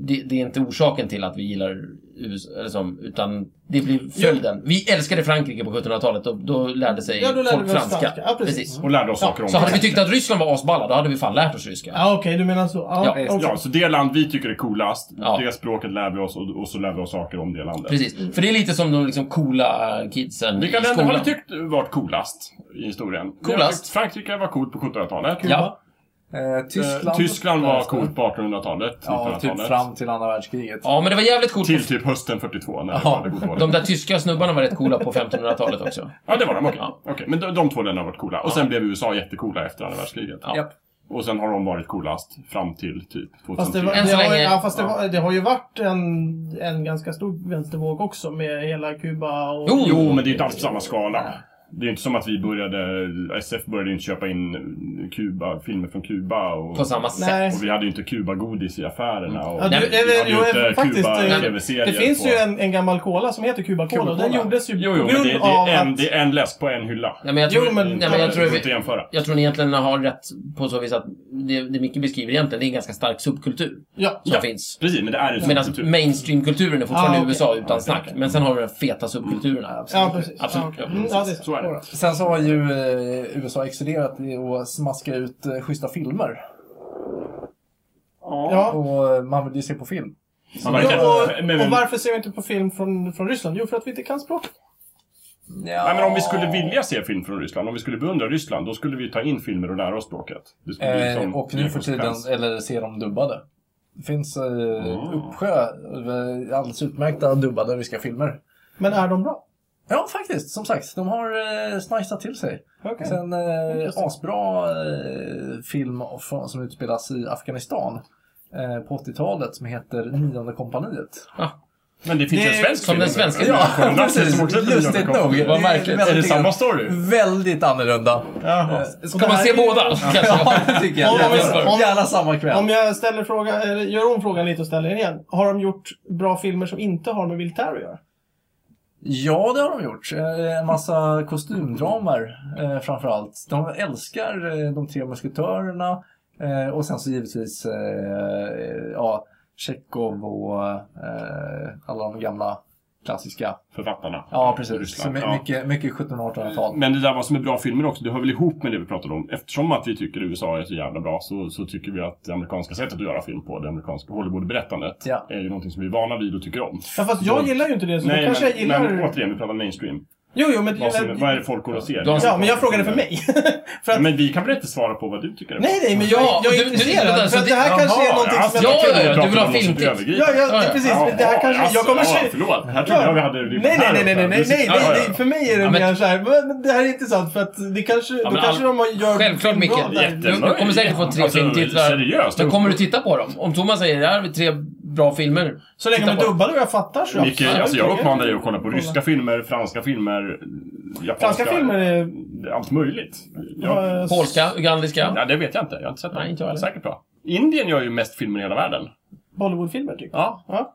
Speaker 4: det, det är inte orsaken till att vi gillar USA, eller som, utan det blir följden. Vi älskade Frankrike på 1700-talet, då, då lärde sig
Speaker 1: Ja, då lärde
Speaker 4: folk
Speaker 1: vi oss
Speaker 4: franska.
Speaker 1: franska. Ja, precis.
Speaker 3: Och lärde oss
Speaker 1: Ja,
Speaker 3: saker om
Speaker 4: Så hade vi
Speaker 3: det.
Speaker 4: tyckt att Ryssland var asballa, då hade vi fan lärt oss ryska.
Speaker 1: Ja, okej, du menar så. Ja,
Speaker 4: Ja,
Speaker 1: okej.
Speaker 2: just-
Speaker 3: Alltså. Ja, så det land vi tycker är coolast,
Speaker 4: Ja.
Speaker 3: det språket lär vi oss och, och så lär vi oss saker om det landet.
Speaker 4: Precis. För det är lite som de liksom coola kidsen
Speaker 3: Vilka
Speaker 4: i
Speaker 3: länder har
Speaker 4: skolan.
Speaker 3: ni tyckt varit coolast i historien?
Speaker 4: Coolast?
Speaker 3: Jag tyckte Frankrike var coolt på 1700-talet.
Speaker 4: Ja.
Speaker 2: Eh,
Speaker 3: Tyskland,
Speaker 2: Tyskland.
Speaker 3: Tyskland var
Speaker 2: Ja,
Speaker 3: coolt på 1800-talet,
Speaker 2: Ja,
Speaker 3: 1900-talet.
Speaker 2: typ fram till andra världskriget.
Speaker 4: Ja, men det var jävligt coolt.
Speaker 3: Till typ hösten 42 när
Speaker 2: Ja.
Speaker 3: ja. det var
Speaker 4: De där tyska snubbarna var rätt coola på 1500-talet också.
Speaker 3: Ja, det var de. Okej.
Speaker 4: Ja.
Speaker 3: Okej, Men de, de två länderna har varit coola. Och sen blev USA jättecoola efter andra världskriget.
Speaker 4: Ja.
Speaker 2: Japp.
Speaker 3: Och sen har de varit coolast fram till typ 2003.
Speaker 1: Fast det, var,
Speaker 4: Än
Speaker 1: det,
Speaker 4: så
Speaker 1: har, ju-
Speaker 4: länge-
Speaker 1: ja, fast det, var, det har ju varit en, en ganska stor vänstervåg också med hela Kuba och...
Speaker 4: Jo,
Speaker 3: Jo, men det är inte alls på samma skala. Det är inte som att vi började... SF började inte köpa in Kuba, filmer från Kuba. Och,
Speaker 4: På samma sätt.
Speaker 1: Nej.
Speaker 3: och vi hade ju inte Kuba-godis i affärerna. Och
Speaker 1: Ja, du,
Speaker 4: Nej, men-
Speaker 1: eh,
Speaker 3: vi hade
Speaker 1: jo,
Speaker 3: ju
Speaker 1: eh,
Speaker 3: inte
Speaker 1: faktiskt, eh,
Speaker 3: Kuba-tv-serier.
Speaker 1: det finns
Speaker 3: på-
Speaker 1: ju en, en gammal cola som heter Kuba-cola. Den
Speaker 2: Cuba-Cola.
Speaker 1: gjordes ju
Speaker 3: Jo, jo,
Speaker 1: på
Speaker 3: men
Speaker 1: grund
Speaker 3: det, det,
Speaker 1: av
Speaker 3: är en,
Speaker 1: att...
Speaker 3: det är en läsk på en hylla.
Speaker 4: Ja, men jag
Speaker 1: Jo,
Speaker 4: tror,
Speaker 1: men-
Speaker 4: nej, men jag tror
Speaker 3: det går Eh,
Speaker 4: vi,
Speaker 3: inte att jämföra.
Speaker 4: Jag tror ni egentligen har rätt på så vis att det, det Micke beskriver egentligen, det är en ganska stark subkultur
Speaker 1: Ja,
Speaker 4: som
Speaker 3: Ja.
Speaker 4: finns.
Speaker 3: Precis, men det är typ- en
Speaker 4: Medan
Speaker 3: subkultur.
Speaker 4: mainstreamkulturen är fortfarande
Speaker 1: Ah, okej.
Speaker 4: i USA utan
Speaker 3: okej,
Speaker 4: snack.
Speaker 3: okej.
Speaker 4: Men sen har vi den feta subkulturerna.
Speaker 1: ja, precis.
Speaker 4: Absolut.
Speaker 1: Ja, okej.
Speaker 4: Ja,
Speaker 1: Mm,
Speaker 4: precis.
Speaker 1: ja, det är
Speaker 3: Så är det.
Speaker 2: Sen så har ju eh, USA excellerat i att smaska ut eh, schyssta filmer.
Speaker 1: Ja.
Speaker 2: Och eh, man vill ju se på film.
Speaker 3: Man var
Speaker 1: Ja,
Speaker 3: inte-
Speaker 1: och,
Speaker 3: men- men-
Speaker 1: och varför ser vi inte på film från, från Ryssland? Jo, för att vi inte kan språket.
Speaker 3: Nej, men om vi skulle vilja se film från Ryssland, om vi skulle beundra Ryssland, då skulle vi ta in filmer och lära oss språket. Det skulle bli
Speaker 2: Eh,
Speaker 3: som-
Speaker 2: och
Speaker 3: det är liksom
Speaker 2: nu
Speaker 3: en
Speaker 2: för tiden,
Speaker 3: konsekvens.
Speaker 2: eller se dem dubbade. Det finns eh,
Speaker 3: Mm.
Speaker 2: uppsjö eh, alldeles utmärkta dubbade ryska filmer.
Speaker 1: Men är de bra?
Speaker 2: Ja, faktiskt. Som sagt, de har eh, snajsat till sig.
Speaker 1: Okej.
Speaker 2: Sen eh,
Speaker 1: Intressant.
Speaker 2: asbra eh, film från- som utspelas i Afghanistan eh, på 80-talet som heter Nionde kompaniet.
Speaker 3: Men det finns
Speaker 1: Det
Speaker 3: en
Speaker 1: är
Speaker 3: svensk
Speaker 4: som
Speaker 3: film.
Speaker 4: den svenska.
Speaker 3: Ja,
Speaker 2: precis.
Speaker 3: precis.
Speaker 2: Lustigt nog.
Speaker 3: Är
Speaker 4: Vad märkligt.
Speaker 2: väldigt
Speaker 3: det samma
Speaker 2: en-
Speaker 3: story?
Speaker 2: Väldigt annorlunda. Eh,
Speaker 3: Jaha.
Speaker 2: Ska
Speaker 4: Kan man se båda? Kanske.
Speaker 2: Ja, det tycker jag.
Speaker 1: Om-
Speaker 2: Gärna,
Speaker 1: om-
Speaker 2: gärna samma
Speaker 1: Om
Speaker 2: kväll.
Speaker 1: jag ställer frågan, eller gör om frågan lite och ställer den igen. Har de gjort bra filmer som inte har med militär att göra?
Speaker 2: Ja, det har de gjort. Eh, En massa kostymdramer eh, framförallt. De älskar eh, de tre musketörerna eh, och sen så givetvis eh, ja, Tjechov och eh, alla de gamla klassiska.
Speaker 3: Författarna.
Speaker 2: Ja,
Speaker 3: i
Speaker 2: precis. Så
Speaker 3: Ryssland.
Speaker 2: my-
Speaker 3: Ja.
Speaker 2: mycket, mycket 1700-1800-tal.
Speaker 3: Men det där vad som är bra filmer också, det hör väl ihop med det vi pratar om. Eftersom att vi tycker USA är så jävla bra så, så tycker vi att det amerikanska sättet att göra film på, det amerikanska Hollywood-berättandet,
Speaker 2: Ja.
Speaker 3: är ju någonting som vi är vana vid och tycker om.
Speaker 1: Ja, fast jag gillar ju inte det, så då Alltså, kanske
Speaker 3: men,
Speaker 1: jag gillar...
Speaker 3: men återigen, vi pratar mainstream.
Speaker 1: Jo, jo, men...
Speaker 3: Vad, som, vad är det folk går och ser?
Speaker 4: De-
Speaker 1: Ja, men jag frågade för mig. för att...
Speaker 3: Men vi kan väl inte svara på vad du tycker är bra?
Speaker 1: Nej, nej, men jag,
Speaker 4: Ja,
Speaker 1: jag är
Speaker 4: du- du-
Speaker 1: intresserad.
Speaker 4: vänta, så
Speaker 1: för att
Speaker 4: det-
Speaker 1: det här kanske är
Speaker 3: Jaha,
Speaker 1: någonting
Speaker 3: alltså,
Speaker 1: som
Speaker 4: Ja,
Speaker 1: jag...
Speaker 4: ja, ja,
Speaker 3: vi pratar
Speaker 4: du vill ha
Speaker 3: om något som är
Speaker 4: filmtips.
Speaker 3: övergripande.
Speaker 1: Ja, ja,
Speaker 4: ja, ja.
Speaker 1: precis. men det här
Speaker 3: Ja,
Speaker 1: kanske...
Speaker 3: alltså,
Speaker 1: jag kommer...
Speaker 3: ja,
Speaker 1: se-
Speaker 3: förlåt. Här trodde jag vi hade det
Speaker 1: Nej, nej, nej, nej, nej, nej, nej,
Speaker 3: Ja, ja, ja.
Speaker 1: nej, för mig är det
Speaker 4: Ja, men-
Speaker 1: mer så här, men men det här är intressant för att det kanske, då
Speaker 4: men
Speaker 1: kanske
Speaker 4: all-
Speaker 1: de har- gör...
Speaker 4: Självklart Micke.
Speaker 1: bra där.
Speaker 4: Du, du kommer säkert få tre
Speaker 3: Alltså,
Speaker 4: filmtitlar.
Speaker 3: seriöst.
Speaker 4: Då kommer du titta på dem. Om Thomas säger det här är tre bra filmer.
Speaker 1: Så länge
Speaker 4: titta
Speaker 1: de
Speaker 4: på dem.
Speaker 1: dubbar och jag fattar så.
Speaker 3: Micke, alltså jag
Speaker 1: absolut.
Speaker 3: uppmanar dig att kolla på ryska filmer, franska filmer, japanska.
Speaker 1: Franska filmer är...
Speaker 3: Allt möjligt. Jag,
Speaker 1: har-
Speaker 4: Polska, ugandiska.
Speaker 3: ja, det vet jag inte. Jag har inte sett dem.
Speaker 4: Nej, inte jag heller.
Speaker 3: Säkert bra. Indien gör ju mest filmer i hela världen.
Speaker 1: Bollywoodfilmer, typ.
Speaker 3: Ja.
Speaker 1: Ja,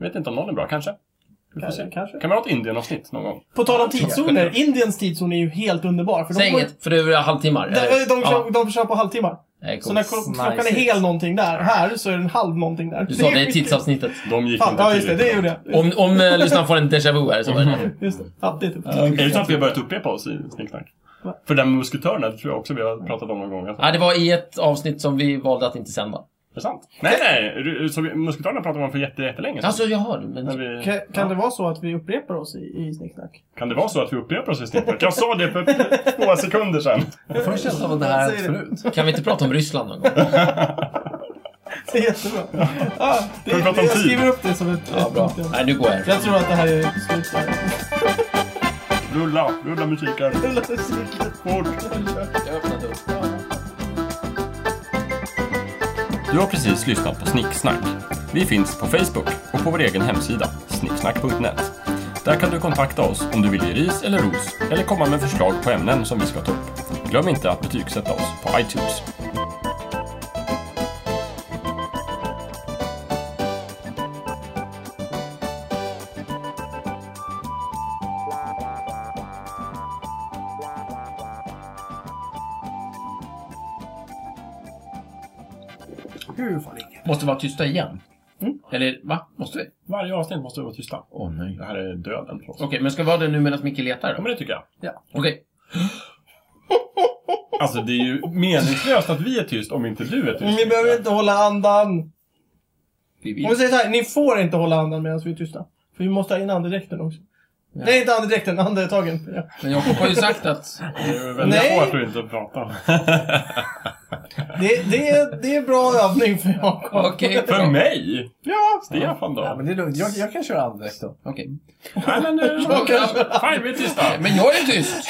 Speaker 3: Vet inte om någon är bra, kanske. Vi får
Speaker 1: kanske.
Speaker 3: se.
Speaker 1: kanske.
Speaker 3: Kan man ha ett Indien-avsnitt någon gång?
Speaker 1: På tal om tidszoner, Indiens tidszon är ju helt underbar. För de
Speaker 4: Säg
Speaker 1: går-
Speaker 4: inget, för det är halvtimmar.
Speaker 1: De, de, de, kör,
Speaker 4: Ja,
Speaker 1: de kör på halvtimmar.
Speaker 4: det är
Speaker 1: Så
Speaker 4: coolt.
Speaker 1: när
Speaker 2: Nice.
Speaker 1: klo- klockan är hel någonting där, här, så är den halv någonting där.
Speaker 4: Du sa det
Speaker 1: är
Speaker 4: i tidsavsnittet.
Speaker 3: De gick
Speaker 1: Fan,
Speaker 3: inte
Speaker 1: ja just det,
Speaker 3: tidigt.
Speaker 1: det gjorde jag.
Speaker 4: Om, om eh, lyssnaren får en déjà vu här så var det det.
Speaker 1: Just det. Ja, det är typ.
Speaker 3: Är det så att vi har börjat upprepa oss i Snicksnack?
Speaker 1: Va? Ah.
Speaker 3: För den med musketörerna, det tror jag också vi har pratat om någon gång. Alltså.
Speaker 4: Ja, det var i ett avsnitt som vi valde att inte sända.
Speaker 3: Det är sant. Nej, nej. Ru- Så vi- musketarerna pratade man för jätte- jättelänge sedan.
Speaker 4: Alltså, jaha. Men...
Speaker 3: När vi,
Speaker 1: Kan, kan det vara så att vi upprepar oss i, i Snicksnack?
Speaker 3: kan det vara så att vi upprepar oss i snippet? Jag sa det för två sekunder sedan.
Speaker 2: Jag får en känsla av att det här har hänt
Speaker 1: Säg det.
Speaker 2: förut.
Speaker 4: Kan vi inte prata om Ryssland någon gång?
Speaker 1: Det är jättebra. Ja, det,
Speaker 3: Kan vi prata om
Speaker 1: jag
Speaker 3: tid?
Speaker 1: skriver upp det som ett...
Speaker 4: Ja,
Speaker 1: ett
Speaker 4: bra.
Speaker 1: punkt.
Speaker 4: Nej, nu går jag.
Speaker 1: Jag tror att det här är slut. där.
Speaker 3: Rulla, rulla musiken.
Speaker 1: Rulla musiken.
Speaker 3: Fort.
Speaker 4: Jag öppnade upp.
Speaker 3: Du har precis lyssnat på Snicksnack. Vi finns på Facebook och på vår egen hemsida, snicksnack.net. Där kan du kontakta oss om du vill ge ris eller ros eller komma med förslag på ämnen som vi ska ta upp. Glöm inte att betygsätta oss på iTunes.
Speaker 2: Gud, fan ingen.
Speaker 4: Måste vara tysta igen? Eller va? Måste vi?
Speaker 3: Varje avsnitt måste vi vara tysta.
Speaker 4: Åh nej.
Speaker 3: Det här är döden för oss.
Speaker 4: Okej, men ska vi vara det nu medan Micke letar
Speaker 3: Ja,
Speaker 4: då?
Speaker 3: men det tycker jag.
Speaker 4: Okej.
Speaker 3: Alltså det är ju meningslöst att vi är tyst om inte du är tyst.
Speaker 1: Ni behöver inte hålla andan.
Speaker 4: Vi
Speaker 1: Om vi
Speaker 4: vill.
Speaker 1: säger så här, ni får inte hålla andan medan vi är tysta. För vi måste ha in andedräkten också. Nej, inte andedräkten, andetagen. Ja.
Speaker 4: Men Jakob har ju sagt att...
Speaker 3: Det är ju väldigt
Speaker 1: Nej.
Speaker 3: svårt att inte prata.
Speaker 1: Det, det, är- det är bra övning för Jakob.
Speaker 4: Okej.
Speaker 3: För mig?
Speaker 1: Ja,
Speaker 3: Stefan då?
Speaker 2: Ja, men det är lugnt. Jag, jag kan köra andedräkt då.
Speaker 4: Okej.
Speaker 3: Nej men nu...
Speaker 4: Jag kanske-
Speaker 3: Fine, vi är tysta.
Speaker 4: Men jag är tyst!